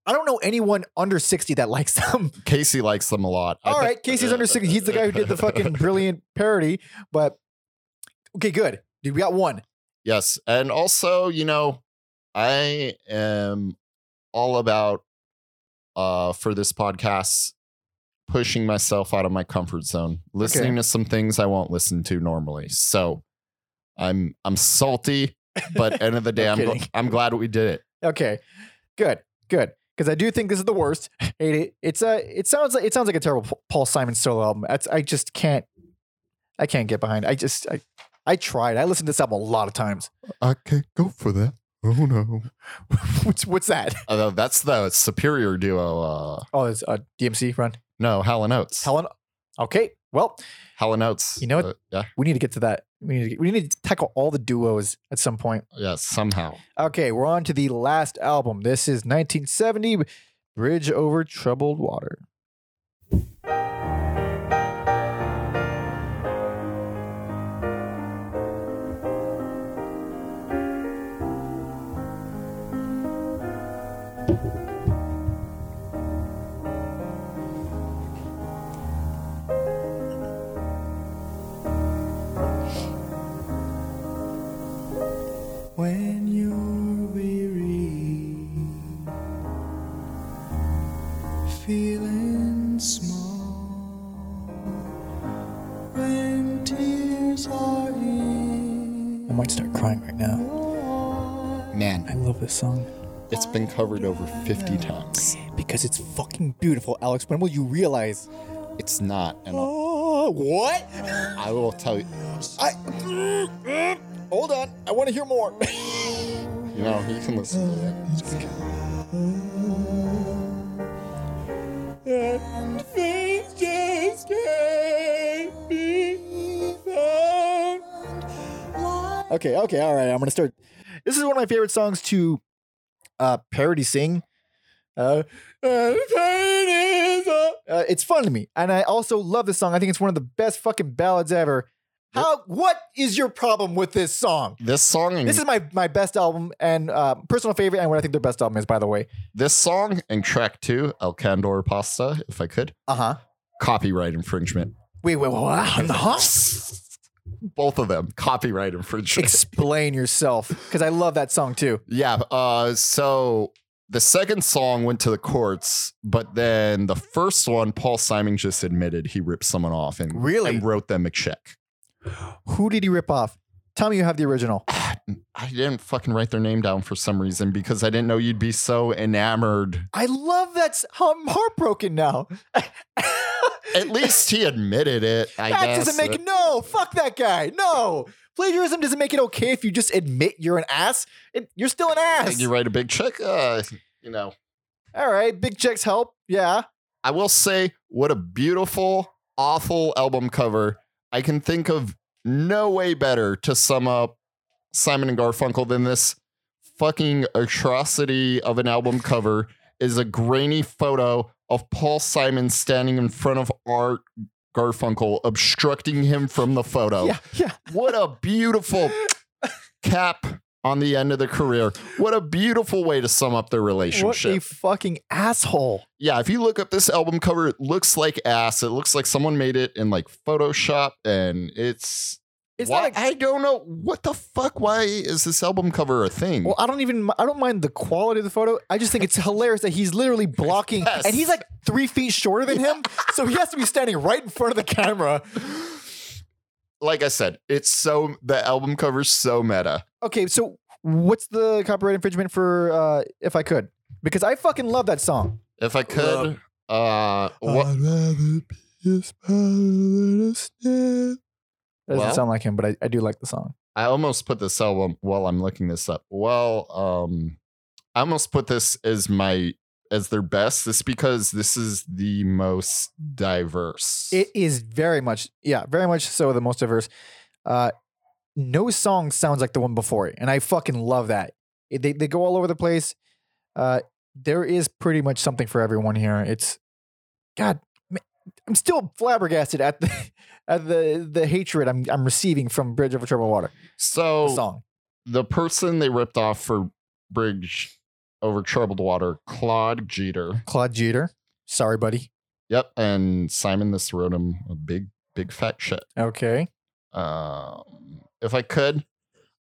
[SPEAKER 1] I don't know anyone under 60 that likes them.
[SPEAKER 2] Casey likes them a lot. I
[SPEAKER 1] All
[SPEAKER 2] think-
[SPEAKER 1] right, Casey's under 60. He's the guy who did the fucking brilliant parody, but okay, good. Dude, we got one.
[SPEAKER 2] Yes. And also, you know, I am all about uh for this podcast pushing myself out of my comfort zone, listening to some things I won't listen to normally. So I'm I'm salty, but end of the day,
[SPEAKER 1] No
[SPEAKER 2] I'm gl-
[SPEAKER 1] kidding.
[SPEAKER 2] I'm glad we did it.
[SPEAKER 1] Okay. Good. Good. Because I do think this is the worst. Hate it. It's a. It sounds like it sounds like a terrible Pa- Paul Simon solo album. That's, I just can't. I can't get behind. I just. I. I tried. I listened to this album a lot of times.
[SPEAKER 2] I can't go for that. Oh no.
[SPEAKER 1] what's What's that?
[SPEAKER 2] Although that's the superior duo. Uh
[SPEAKER 1] Oh, it's a DMC run.
[SPEAKER 2] no, Helen Oates.
[SPEAKER 1] Helen. Okay. Well,
[SPEAKER 2] Helen Oates.
[SPEAKER 1] You know what?
[SPEAKER 2] uh, yeah.
[SPEAKER 1] we need to get to that. We need to. Get, we need to tackle all the duos at some point.
[SPEAKER 2] Yeah. Somehow.
[SPEAKER 1] Okay, we're on to the last album. This is 1970, Bridge Over Troubled Water.
[SPEAKER 6] when you're weary, feeling small, when tears are in
[SPEAKER 4] I might start crying right now. I
[SPEAKER 2] Man,
[SPEAKER 4] love this song
[SPEAKER 2] it's been covered over 50 times.
[SPEAKER 4] because it's fucking beautiful, Alex. When will you realize?
[SPEAKER 2] It's not. And I'll-
[SPEAKER 4] Oh, what?
[SPEAKER 2] I will tell you.
[SPEAKER 4] I. Hold on. I want to hear more.
[SPEAKER 2] You know, you can listen to it.
[SPEAKER 6] Things just can't be found.
[SPEAKER 4] okay, okay, all right. I'm gonna start.
[SPEAKER 1] This is one of my favorite songs to uh, parody sing. Uh, uh, it's fun to me, and I also love this song. I think it's one of the best fucking ballads ever. How? What is your problem with this song?
[SPEAKER 2] This song, and,
[SPEAKER 1] This
[SPEAKER 2] this,
[SPEAKER 1] is my my best album and uh, personal favorite, and what I think their best album is, by the way.
[SPEAKER 2] song and track two, El Candor Pasta, if I could,
[SPEAKER 1] Uh huh.
[SPEAKER 2] copyright infringement.
[SPEAKER 1] Wait, wait, wait, huh?
[SPEAKER 2] Both of them, copyright infringement.
[SPEAKER 1] Explain yourself, because I love that song too.
[SPEAKER 2] yeah. Uh, so the second song went to the courts, but then the first one, Paul Simon just admitted he ripped someone off and
[SPEAKER 1] Really?
[SPEAKER 2] and wrote them a check.
[SPEAKER 1] Who did he rip off? Tell me you have the original.
[SPEAKER 2] I didn't fucking write their name down for some reason because I didn't know you'd be so enamored
[SPEAKER 1] I love that. s- I'm heartbroken now.
[SPEAKER 2] At least he admitted it. I
[SPEAKER 1] that
[SPEAKER 2] guess.
[SPEAKER 1] doesn't make it. No, fuck that guy. No. Plagiarism doesn't make it okay if you just admit you're an ass. It, you're still an ass.
[SPEAKER 2] You write a big check. Uh, you know,
[SPEAKER 1] All right. Big checks help. Yeah.
[SPEAKER 2] I will say, what a beautiful, awful album cover. I can think of no way better to sum up Simon and Garfunkel than this fucking atrocity of an album cover is a grainy photo of Paul Simon standing in front of Art Garfunkel, obstructing him from the photo.
[SPEAKER 1] Yeah. Yeah.
[SPEAKER 2] What a beautiful cap on the end of the career. What a beautiful way to sum up their
[SPEAKER 1] What
[SPEAKER 2] relationship.
[SPEAKER 1] a fucking asshole.
[SPEAKER 2] yeah, if you look up this album cover, it looks like ass. It looks like someone made it in like Photoshop and it's
[SPEAKER 1] It's
[SPEAKER 2] why,
[SPEAKER 1] not a-
[SPEAKER 2] I don't know what the fuck why is this album cover a thing?
[SPEAKER 1] Well, I don't even. I don't mind the quality of the photo. I just think it's hilarious that he's literally blocking,
[SPEAKER 2] Yes.
[SPEAKER 1] and he's like three feet shorter than him, so he has to be standing right in front of the camera.
[SPEAKER 2] like I said, it's so the album cover's so meta.
[SPEAKER 1] Okay, so what's the copyright infringement for uh, "If I Could"? Because I fucking love that song.
[SPEAKER 2] If I could uh what
[SPEAKER 6] I'd rather be a spider than a snake.
[SPEAKER 1] That doesn't
[SPEAKER 2] Well-
[SPEAKER 1] sound like him, but I, I do like the song.
[SPEAKER 2] I almost put this album while I'm looking this up. Well, um, I almost put this as my as their best. This because this is the most diverse.
[SPEAKER 1] It is very much, yeah, very much so the most diverse. Uh, no song sounds like the one before it, and I fucking love that. It- They they go all over the place. Uh, there is pretty much something for everyone here. It's God, ma- I'm still flabbergasted at the at the the hatred I'm I'm receiving from Bridge
[SPEAKER 2] Oh.
[SPEAKER 1] Over Troubled Water. The
[SPEAKER 2] so
[SPEAKER 1] song.
[SPEAKER 2] the person they ripped off for Bridge over troubled water, Claude Jeter.
[SPEAKER 1] Claude Jeter. Sorry, buddy.
[SPEAKER 2] Yep, and Simon this wrote him a big, big fat shit.
[SPEAKER 1] Okay.
[SPEAKER 2] Um, if I could,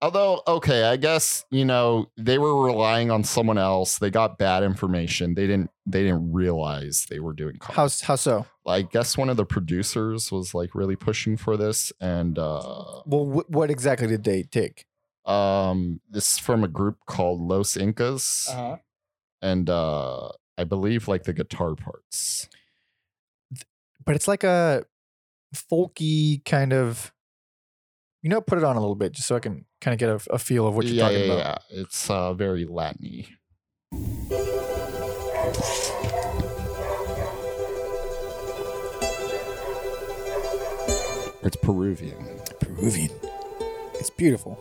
[SPEAKER 2] although okay, I guess you know they were relying on someone else. They got bad information. They didn't. They didn't realize they were doing. Comics.
[SPEAKER 1] How how so?
[SPEAKER 2] I guess one of the producers was like really pushing for this, and uh,
[SPEAKER 1] Well, wh- what exactly did they take?
[SPEAKER 2] um, this is from a group called Los Incas,
[SPEAKER 1] Uh-huh.
[SPEAKER 2] and uh, I believe like the guitar parts.
[SPEAKER 1] But it's like a folky kind of. You know, put it on a little bit just so I can kind of get a, a feel of what you're
[SPEAKER 2] yeah,
[SPEAKER 1] talking
[SPEAKER 2] yeah,
[SPEAKER 1] about.
[SPEAKER 2] yeah. It's uh, very Latin-y. It's Peruvian.
[SPEAKER 4] Peruvian. It's beautiful.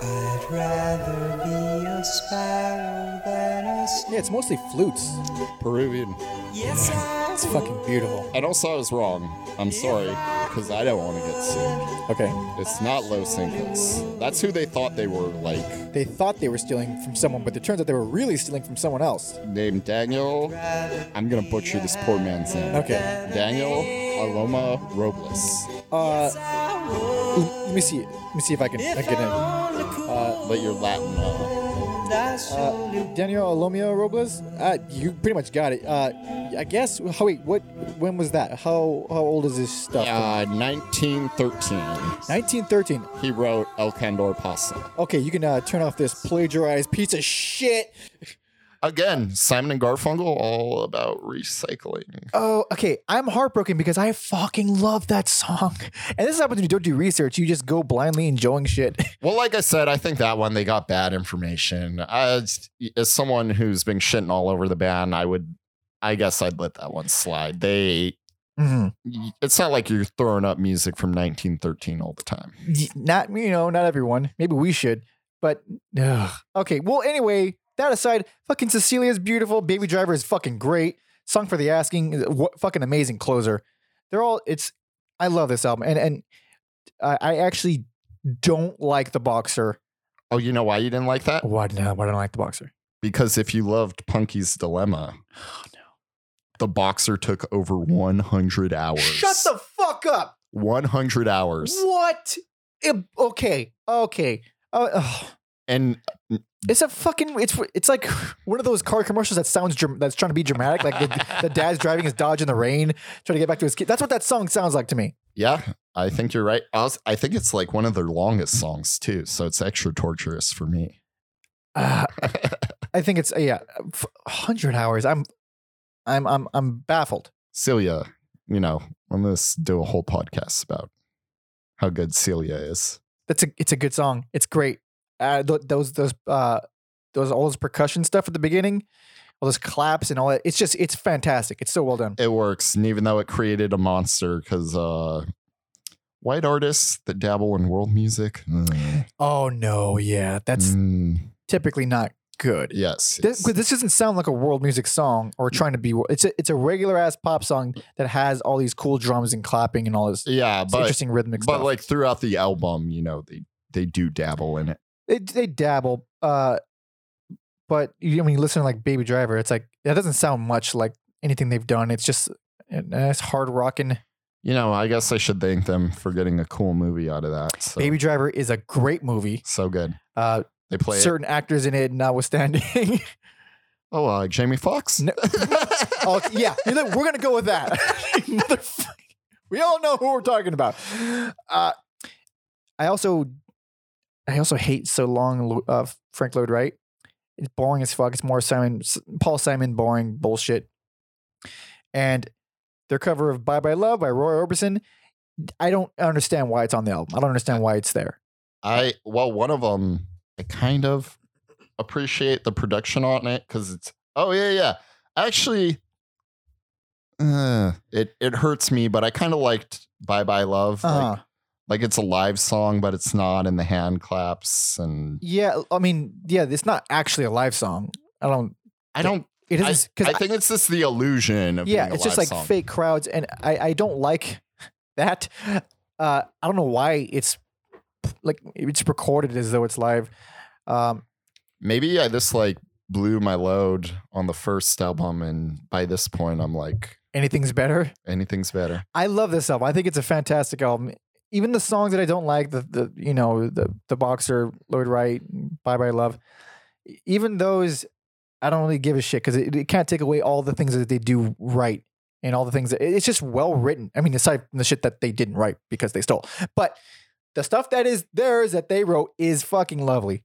[SPEAKER 3] I'd rather be a sparrow than a snake.
[SPEAKER 4] Yeah, it's mostly flutes.
[SPEAKER 2] Peruvian.
[SPEAKER 3] Yes, I
[SPEAKER 4] It's fucking beautiful.
[SPEAKER 2] And also, I was wrong. I'm sorry, because I don't want to get sued.
[SPEAKER 4] Okay.
[SPEAKER 2] It's not Los Incas. That's who they thought they were, like,
[SPEAKER 4] They thought they were stealing from someone, but it turns out they were really stealing from someone else.
[SPEAKER 2] named Daniel. I'm going to butcher this poor man's name.
[SPEAKER 4] Okay.
[SPEAKER 2] Daniel Aloma Robles.
[SPEAKER 4] Uh, l- let me see. Let me see if I can, I can get it.
[SPEAKER 3] only could.
[SPEAKER 2] Let your Latin know.
[SPEAKER 3] I surely
[SPEAKER 4] Daniel Alomio Robles. Uh, you pretty much got it. Uh, I guess. Oh wait, what? When was that? How how old is this stuff?
[SPEAKER 2] Uh, 1913,
[SPEAKER 4] 1913.
[SPEAKER 2] he wrote El Candor Pasa.
[SPEAKER 4] Okay, you can uh, turn off this plagiarized piece of shit.
[SPEAKER 2] Again, Simon and Garfunkel, all about recycling.
[SPEAKER 1] Oh, okay. I'm heartbroken because I fucking love that song. And this is happens when you don't do research. You just go blindly enjoying shit.
[SPEAKER 2] Well, like I said, I think that one they got bad information. As, as someone who's been shitting all over the band, I would, I guess I'd let that one slide. They,
[SPEAKER 1] Mhm.
[SPEAKER 2] it's not like you're throwing up music from 1913 all the time.
[SPEAKER 1] Y- Not you know, not everyone. Maybe we should, but ugh. okay. Well, anyway, that aside, fucking Cecilia's beautiful. Baby Driver is fucking great. Song for the asking. is- What fucking amazing closer. They're all. It's. I love this album, and and I, I actually don't like the boxer.
[SPEAKER 2] Oh, you know why you didn't like that?
[SPEAKER 1] Why no? Why don't I like the boxer?
[SPEAKER 2] Because if you loved Punky's Dilemma,
[SPEAKER 1] Oh,
[SPEAKER 2] the boxer took over 100 hours.
[SPEAKER 1] Shut the fuck up.
[SPEAKER 2] 100 hours.
[SPEAKER 1] What? It- okay, okay. Uh, ugh.
[SPEAKER 2] And
[SPEAKER 1] It's a fucking. It's it's like one of those car commercials that sounds dram- that's trying to be dramatic, like the, the dad's driving his Dodge in the rain, trying to get back to his kid. That's what that song sounds like to me.
[SPEAKER 2] yeah, I think you're right. I, was, I think it's like one of their longest songs, too. So it's extra torturous for me.
[SPEAKER 1] Uh, I think it's uh, yeah, f- hundred hours. I'm, I'm, I'm, I'm baffled.
[SPEAKER 2] Celia, you know, I'm going to do a whole podcast about how good Celia is.
[SPEAKER 1] That's a it's a good song. It's great. Uh, th- those those uh those all those percussion stuff at the beginning, all those claps and all that. It's just it's fantastic. It's so well done.
[SPEAKER 2] It works, and even though it created a monster, because uh, white artists that dabble in world music. mm,
[SPEAKER 1] Oh no, yeah, that's
[SPEAKER 2] mm,
[SPEAKER 1] typically not good.
[SPEAKER 2] yes.
[SPEAKER 1] This,
[SPEAKER 2] yes.
[SPEAKER 1] 'cause this doesn't sound like a world music song
[SPEAKER 2] Mm.
[SPEAKER 1] or trying to be. wor- It's a it's a regular ass pop song that has all these cool drums and clapping and all this
[SPEAKER 2] yeah, but
[SPEAKER 1] interesting rhythmic
[SPEAKER 2] but
[SPEAKER 1] stuff.
[SPEAKER 2] like throughout the album, you know, they they do dabble in it.
[SPEAKER 1] they, they dabble, uh, but you, when you listen to like Baby Driver, it's like that doesn't sound much like anything they've done. It's just a nice hard rocking.
[SPEAKER 2] You know, I guess I should thank them for getting a cool movie out of that. So,
[SPEAKER 1] Baby Driver is a great movie.
[SPEAKER 2] so good.
[SPEAKER 1] Uh,
[SPEAKER 2] They play it.
[SPEAKER 1] certain actors in it notwithstanding.
[SPEAKER 2] Oh, uh, Jamie Foxx.
[SPEAKER 1] No- oh yeah, you know, we're gonna go with that. Motherfucker. we all know who we're talking about. Uh, I also, I also hate so long Lo- uh, Frank Lloyd Wright. It's boring as fuck. It's more Simon S- Paul Simon boring bullshit. And their cover of "Bye Bye Love" by Roy Orbison. I don't understand why it's on the album. I don't understand why it's there.
[SPEAKER 2] I well, one of them I kind of appreciate the production on it because it's Oh yeah, yeah. Actually, uh, it it hurts me, but I kind of liked "Bye Bye Love."
[SPEAKER 1] Uh-huh.
[SPEAKER 2] Like, like it's a live song, but it's not, and the hand claps, and
[SPEAKER 1] yeah, I mean, yeah, it's not actually a live song. I don't.
[SPEAKER 2] I don't.
[SPEAKER 1] It
[SPEAKER 2] I,
[SPEAKER 1] isn't because
[SPEAKER 2] I think it's just the illusion of
[SPEAKER 1] yeah,
[SPEAKER 2] being a
[SPEAKER 1] it's just
[SPEAKER 2] live
[SPEAKER 1] like
[SPEAKER 2] song.
[SPEAKER 1] fake crowds, and I, I don't like that. Uh, I don't know why it's like it's recorded as though it's live. Um,
[SPEAKER 2] Maybe I just like blew my load on the first album, and by this point, I'm like,
[SPEAKER 1] anything's better.
[SPEAKER 2] anything's better.
[SPEAKER 1] I love this album. I think it's a fantastic album. Even the songs that I don't like, the the you know the the boxer, Lloyd Wright, Bye Bye Love, e, even those, I don't really give a shit because it, it can't take away all the things that they do right and all the things that it's just well written. I mean, aside from the shit that they didn't write because they stole, but the stuff that is theirs that they wrote is fucking lovely.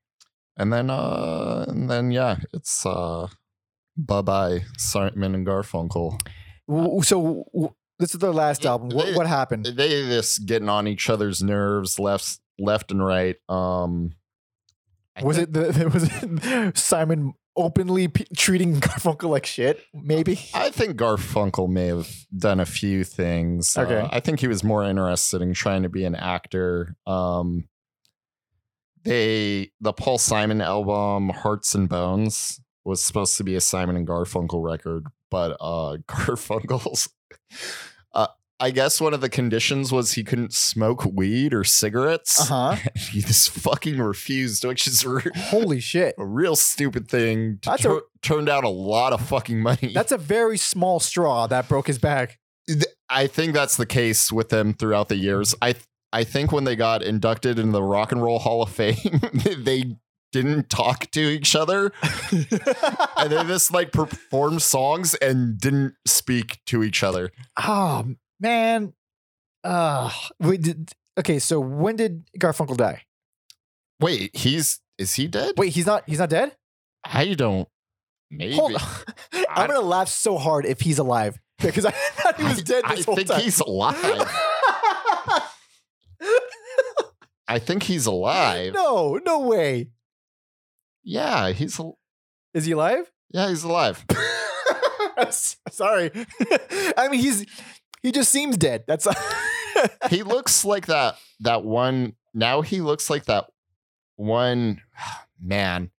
[SPEAKER 2] And then, uh, and then, yeah, it's uh, bye bye, Simon and Garfunkel.
[SPEAKER 1] W- So w- w- this is their last
[SPEAKER 2] Yeah,
[SPEAKER 1] album. What,
[SPEAKER 2] they-
[SPEAKER 1] what happened?
[SPEAKER 2] they just getting on each other's nerves left left and right. Um I
[SPEAKER 1] was
[SPEAKER 2] think-
[SPEAKER 1] it the was it Simon openly p- treating Garfunkel like shit? Maybe.
[SPEAKER 2] I think Garfunkel may have done a few things.
[SPEAKER 1] Okay.
[SPEAKER 2] Uh, I think he was more interested in trying to be an actor. Um they the Paul Simon album Hearts and Bones was supposed to be a Simon and Garfunkel record, but uh Garfunkel's uh I guess one of the conditions was he couldn't smoke weed or cigarettes.
[SPEAKER 1] Uh huh.
[SPEAKER 2] he just fucking refused, which is re-
[SPEAKER 1] Holy shit.
[SPEAKER 2] a real stupid thing. To
[SPEAKER 1] That's a-
[SPEAKER 2] tur- turned out a lot of fucking money.
[SPEAKER 1] That's a very small straw that broke his back.
[SPEAKER 2] I think that's the case with them throughout the years. I th- I think when they got inducted into the Rock and Roll Hall of Fame, they didn't talk to each other, and they just like performed songs and didn't speak to each other.
[SPEAKER 1] oh man. Uh, we did, okay, so when did Garfunkel die?
[SPEAKER 2] Wait, he's is he dead?
[SPEAKER 1] Wait, he's not he's not dead?
[SPEAKER 2] I don't. Maybe
[SPEAKER 1] Hold on. I'm gonna laugh so hard if he's alive. Because I thought he was dead
[SPEAKER 2] I
[SPEAKER 1] this whole
[SPEAKER 2] think
[SPEAKER 1] time.
[SPEAKER 2] he's alive. I think he's alive.
[SPEAKER 1] no, no way.
[SPEAKER 2] Yeah, he's al-
[SPEAKER 1] Is he alive?
[SPEAKER 2] yeah, he's alive.
[SPEAKER 1] Sorry. I mean he's he just seems dead. That's
[SPEAKER 2] he looks like that that one now he looks like that one man.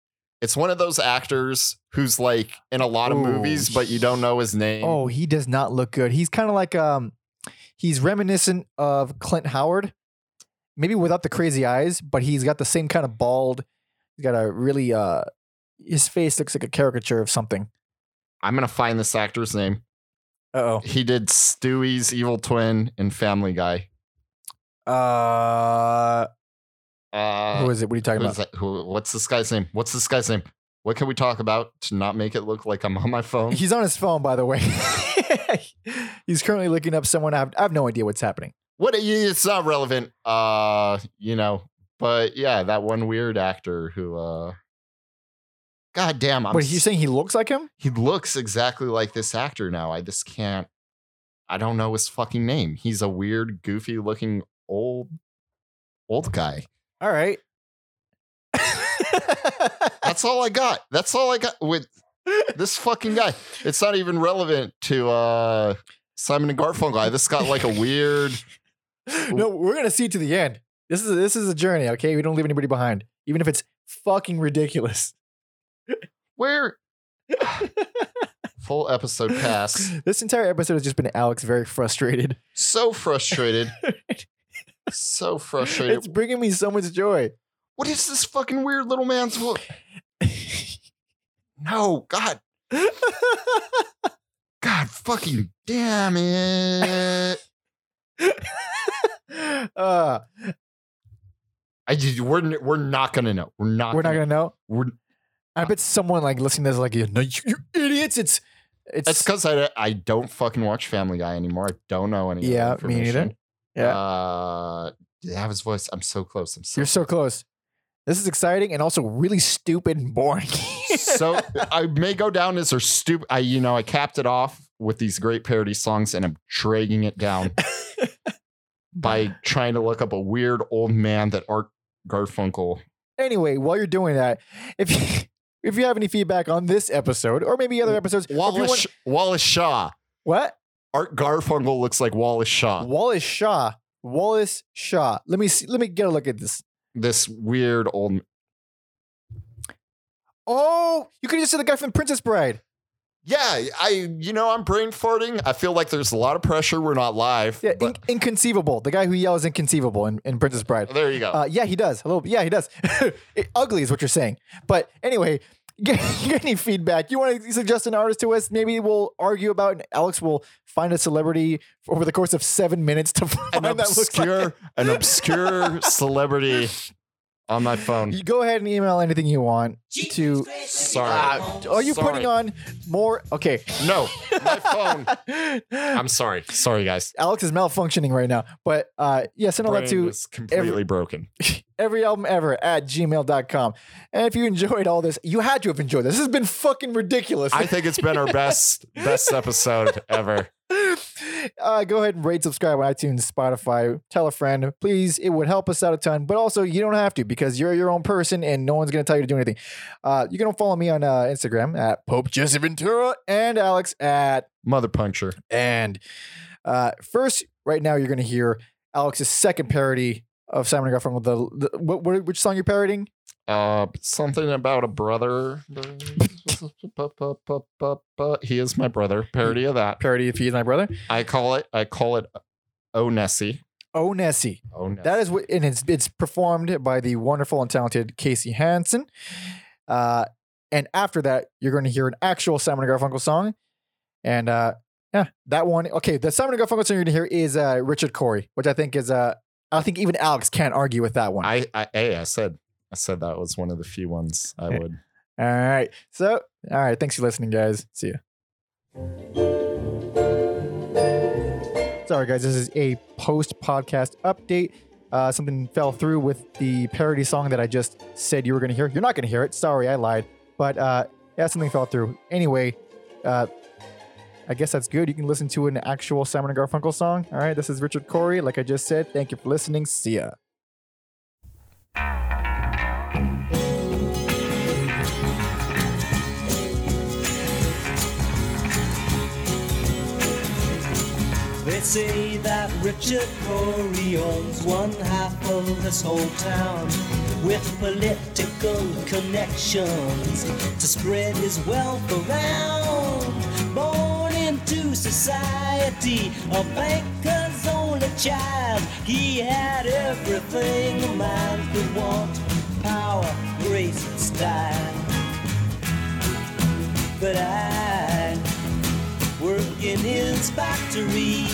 [SPEAKER 2] It's one of those actors who's like in a lot of
[SPEAKER 1] Oh,
[SPEAKER 2] movies, but you don't know his name.
[SPEAKER 1] Oh, he does not look good. He's kind of like um, he's reminiscent of Clint Howard, maybe without the crazy eyes, but he's got the same kind of bald. He's got a really uh, his face looks like a caricature of something.
[SPEAKER 2] I'm gonna find this actor's name.
[SPEAKER 1] Uh
[SPEAKER 2] He did Stewie's evil twin and Family Guy.
[SPEAKER 1] oh. Uh,
[SPEAKER 2] Uh,
[SPEAKER 1] who is it? What are you talking
[SPEAKER 2] who
[SPEAKER 1] about?
[SPEAKER 2] is that- who- what's this guy's name? What's this guy's name? What can we talk about to not make it look like I'm on my phone?
[SPEAKER 1] He's on his phone, by the way. he's currently looking up someone. I have, I have no idea what's happening.
[SPEAKER 2] what it's not relevant uh you know but yeah that one weird actor who uh god damn I'm
[SPEAKER 1] Wait, you're
[SPEAKER 2] s-
[SPEAKER 1] saying he looks like him?
[SPEAKER 2] he looks exactly like this actor now i just can't i don't know his fucking name he's a weird goofy looking old old guy
[SPEAKER 1] All right.
[SPEAKER 2] that's all i got that's all i got with this fucking guy it's not even relevant to uh simon and garfunkel i just got like a weird
[SPEAKER 1] no, we're gonna see to the end. This is this is a journey, okay? We don't leave anybody behind, even if it's fucking ridiculous.
[SPEAKER 2] where full episode pass
[SPEAKER 1] This entire episode has just been Alex very frustrated.
[SPEAKER 2] so frustrated so frustrated
[SPEAKER 1] It's bringing me so much joy.
[SPEAKER 2] what is this fucking weird little man's look no god god fucking damn it
[SPEAKER 1] uh,
[SPEAKER 2] i just we're, n- we're not gonna know we're not
[SPEAKER 1] we're not gonna know.
[SPEAKER 2] we're,
[SPEAKER 1] I bet someone like listening to this like, no, you, you idiots. It's it's,
[SPEAKER 2] it's because I, I don't fucking watch family guy anymore i don't know any of that
[SPEAKER 1] Yeah, me neither.
[SPEAKER 2] information.
[SPEAKER 1] Yeah.
[SPEAKER 2] uh did I have his voice i'm so close i'm so
[SPEAKER 1] you're so close. This is exciting and also really stupid and boring.
[SPEAKER 2] so I may go down as a stupid. I you know I capped it off with these great parody songs, and I'm dragging it down by trying to look up a weird old man that Art Garfunkel.
[SPEAKER 1] anyway, while you're doing that, if you, If you have any feedback on this episode or maybe other episodes, or if you
[SPEAKER 2] Wallace,
[SPEAKER 1] want-
[SPEAKER 2] Wallace Shaw.
[SPEAKER 1] what?
[SPEAKER 2] Art Garfunkel looks like Wallace Shaw.
[SPEAKER 1] Wallace Shaw. Wallace Shaw. Let me see. Let me get a look at this.
[SPEAKER 2] This weird old.
[SPEAKER 1] Oh, you could have just said the guy from Princess Bride.
[SPEAKER 2] Yeah, I. You know, I'm brain farting. I feel like there's a lot of pressure. We're not live.
[SPEAKER 1] Yeah,
[SPEAKER 2] but
[SPEAKER 1] in- inconceivable. The guy who yells inconceivable in, in Princess Bride.
[SPEAKER 2] there you go.
[SPEAKER 1] Uh, yeah, he does. A little. Yeah, he does. It- ugly is what you're saying. But anyway, get, get any feedback? You want to suggest an artist to us? Maybe we'll argue about, and Alex will find a celebrity over the course of seven minutes to find that
[SPEAKER 2] an
[SPEAKER 1] looks like.
[SPEAKER 2] obscure, an obscure celebrity on my phone.
[SPEAKER 1] You go ahead and email anything you want to. Uh,
[SPEAKER 2] Sorry.
[SPEAKER 1] Are you
[SPEAKER 2] Sorry.
[SPEAKER 1] putting on more? Okay,
[SPEAKER 2] No, my phone. I'm sorry. Sorry, guys.
[SPEAKER 1] Alex is malfunctioning right now. But uh, yeah, send all that
[SPEAKER 2] Brain
[SPEAKER 1] to
[SPEAKER 2] is completely broken.
[SPEAKER 1] every album ever at gmail.com. And if you enjoyed all this, you had to have enjoyed this. This has been fucking ridiculous.
[SPEAKER 2] I think it's been our best best episode ever.
[SPEAKER 1] uh, go ahead and rate, subscribe on iTunes, Spotify, tell a friend. Please, it would help us out a ton. But also, you don't have to because you're your own person and no one's going to tell you to do anything. Uh, you can follow me on uh, Instagram at Pope Jesse Ventura and Alex at
[SPEAKER 2] Mother puncture.
[SPEAKER 1] and. Uh, first, right now, you're going to hear Alex's second parody of Simon and Garfunkel. The, the what, what, which song you're parodying?
[SPEAKER 2] Uh, something about a brother. he is my brother. Parody of that.
[SPEAKER 1] Parody of He Is My Brother.
[SPEAKER 2] I call it. I call it. Oh Nessie.
[SPEAKER 1] Oh Nessie.
[SPEAKER 2] Oh Nessie.
[SPEAKER 1] That is what, and it's it's performed by the wonderful and talented Casey Hansen. Uh, and after that, you're going to hear an actual Simon and Garfunkel song, and uh, yeah, that one. Okay, the Simon and Garfunkel song you're going to hear is uh, Richard Corey, which I think is uh, I think even Alex can't argue with that one.
[SPEAKER 2] I, I. Hey, I said. I said that was one of the few ones I would.
[SPEAKER 1] all right, so all right, thanks for listening, guys. See you. Sorry, guys, this is a post podcast update. Uh, something fell through with the parody song that I just said you were going to hear. You're not going to hear it. Sorry, I lied. But uh, yeah, something fell through. Anyway, uh, I guess that's good. You can listen to an actual Simon and Garfunkel song. All right, this is Richard Corey. Like I just said, thank you for listening. See ya.
[SPEAKER 3] They say that Richard Corey owns one half of this whole town with political connections to spread his wealth around. Born into society, a banker's only child, he had everything a man could want power, grace, and style. But I work in his factory.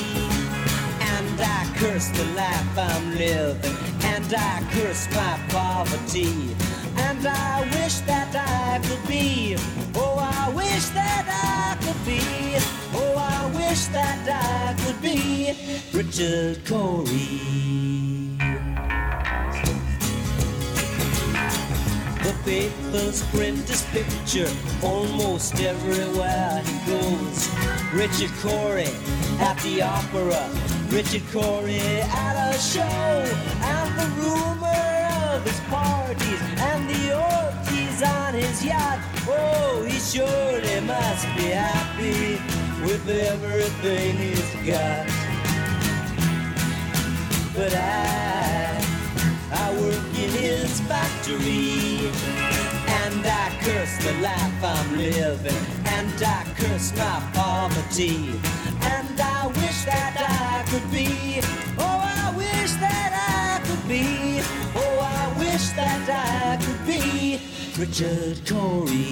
[SPEAKER 3] And I curse the life I'm living, and I curse my poverty. And I wish that I could be, oh, I wish that I could be, oh, I wish that I could be Richard Corey. The papers print his picture almost everywhere he goes. Richard Corey at the opera, Richard Corey at a show, and the rumor of his parties and the orgies on his yacht. Oh, he surely must be happy with everything he's got. But I. I work in his factory. And I curse the life I'm living. And I curse my poverty. And I wish that I could be. Oh, I wish that I could be. Oh, I wish that I could be Richard Corey.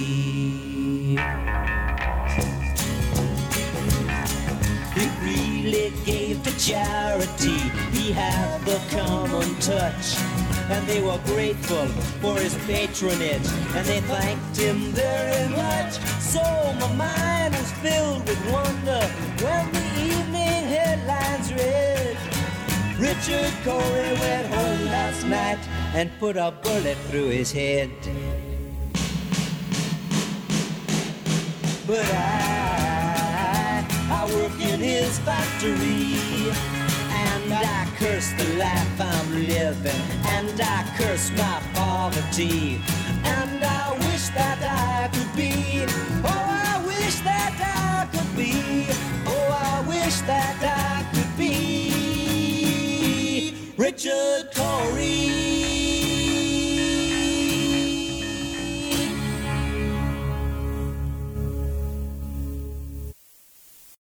[SPEAKER 3] He really gave to charity. He had the common touch. And they were grateful for his patronage. And they thanked him very much. So my mind was filled with wonder when the evening headlines read. Richard Corey went home last night and put a bullet through his head. But I, I work in his factory. And I curse the life I'm living. And I curse my poverty. And I wish that I could be. Oh, I wish that I could be. Oh, I wish that I could be Richard Coleman.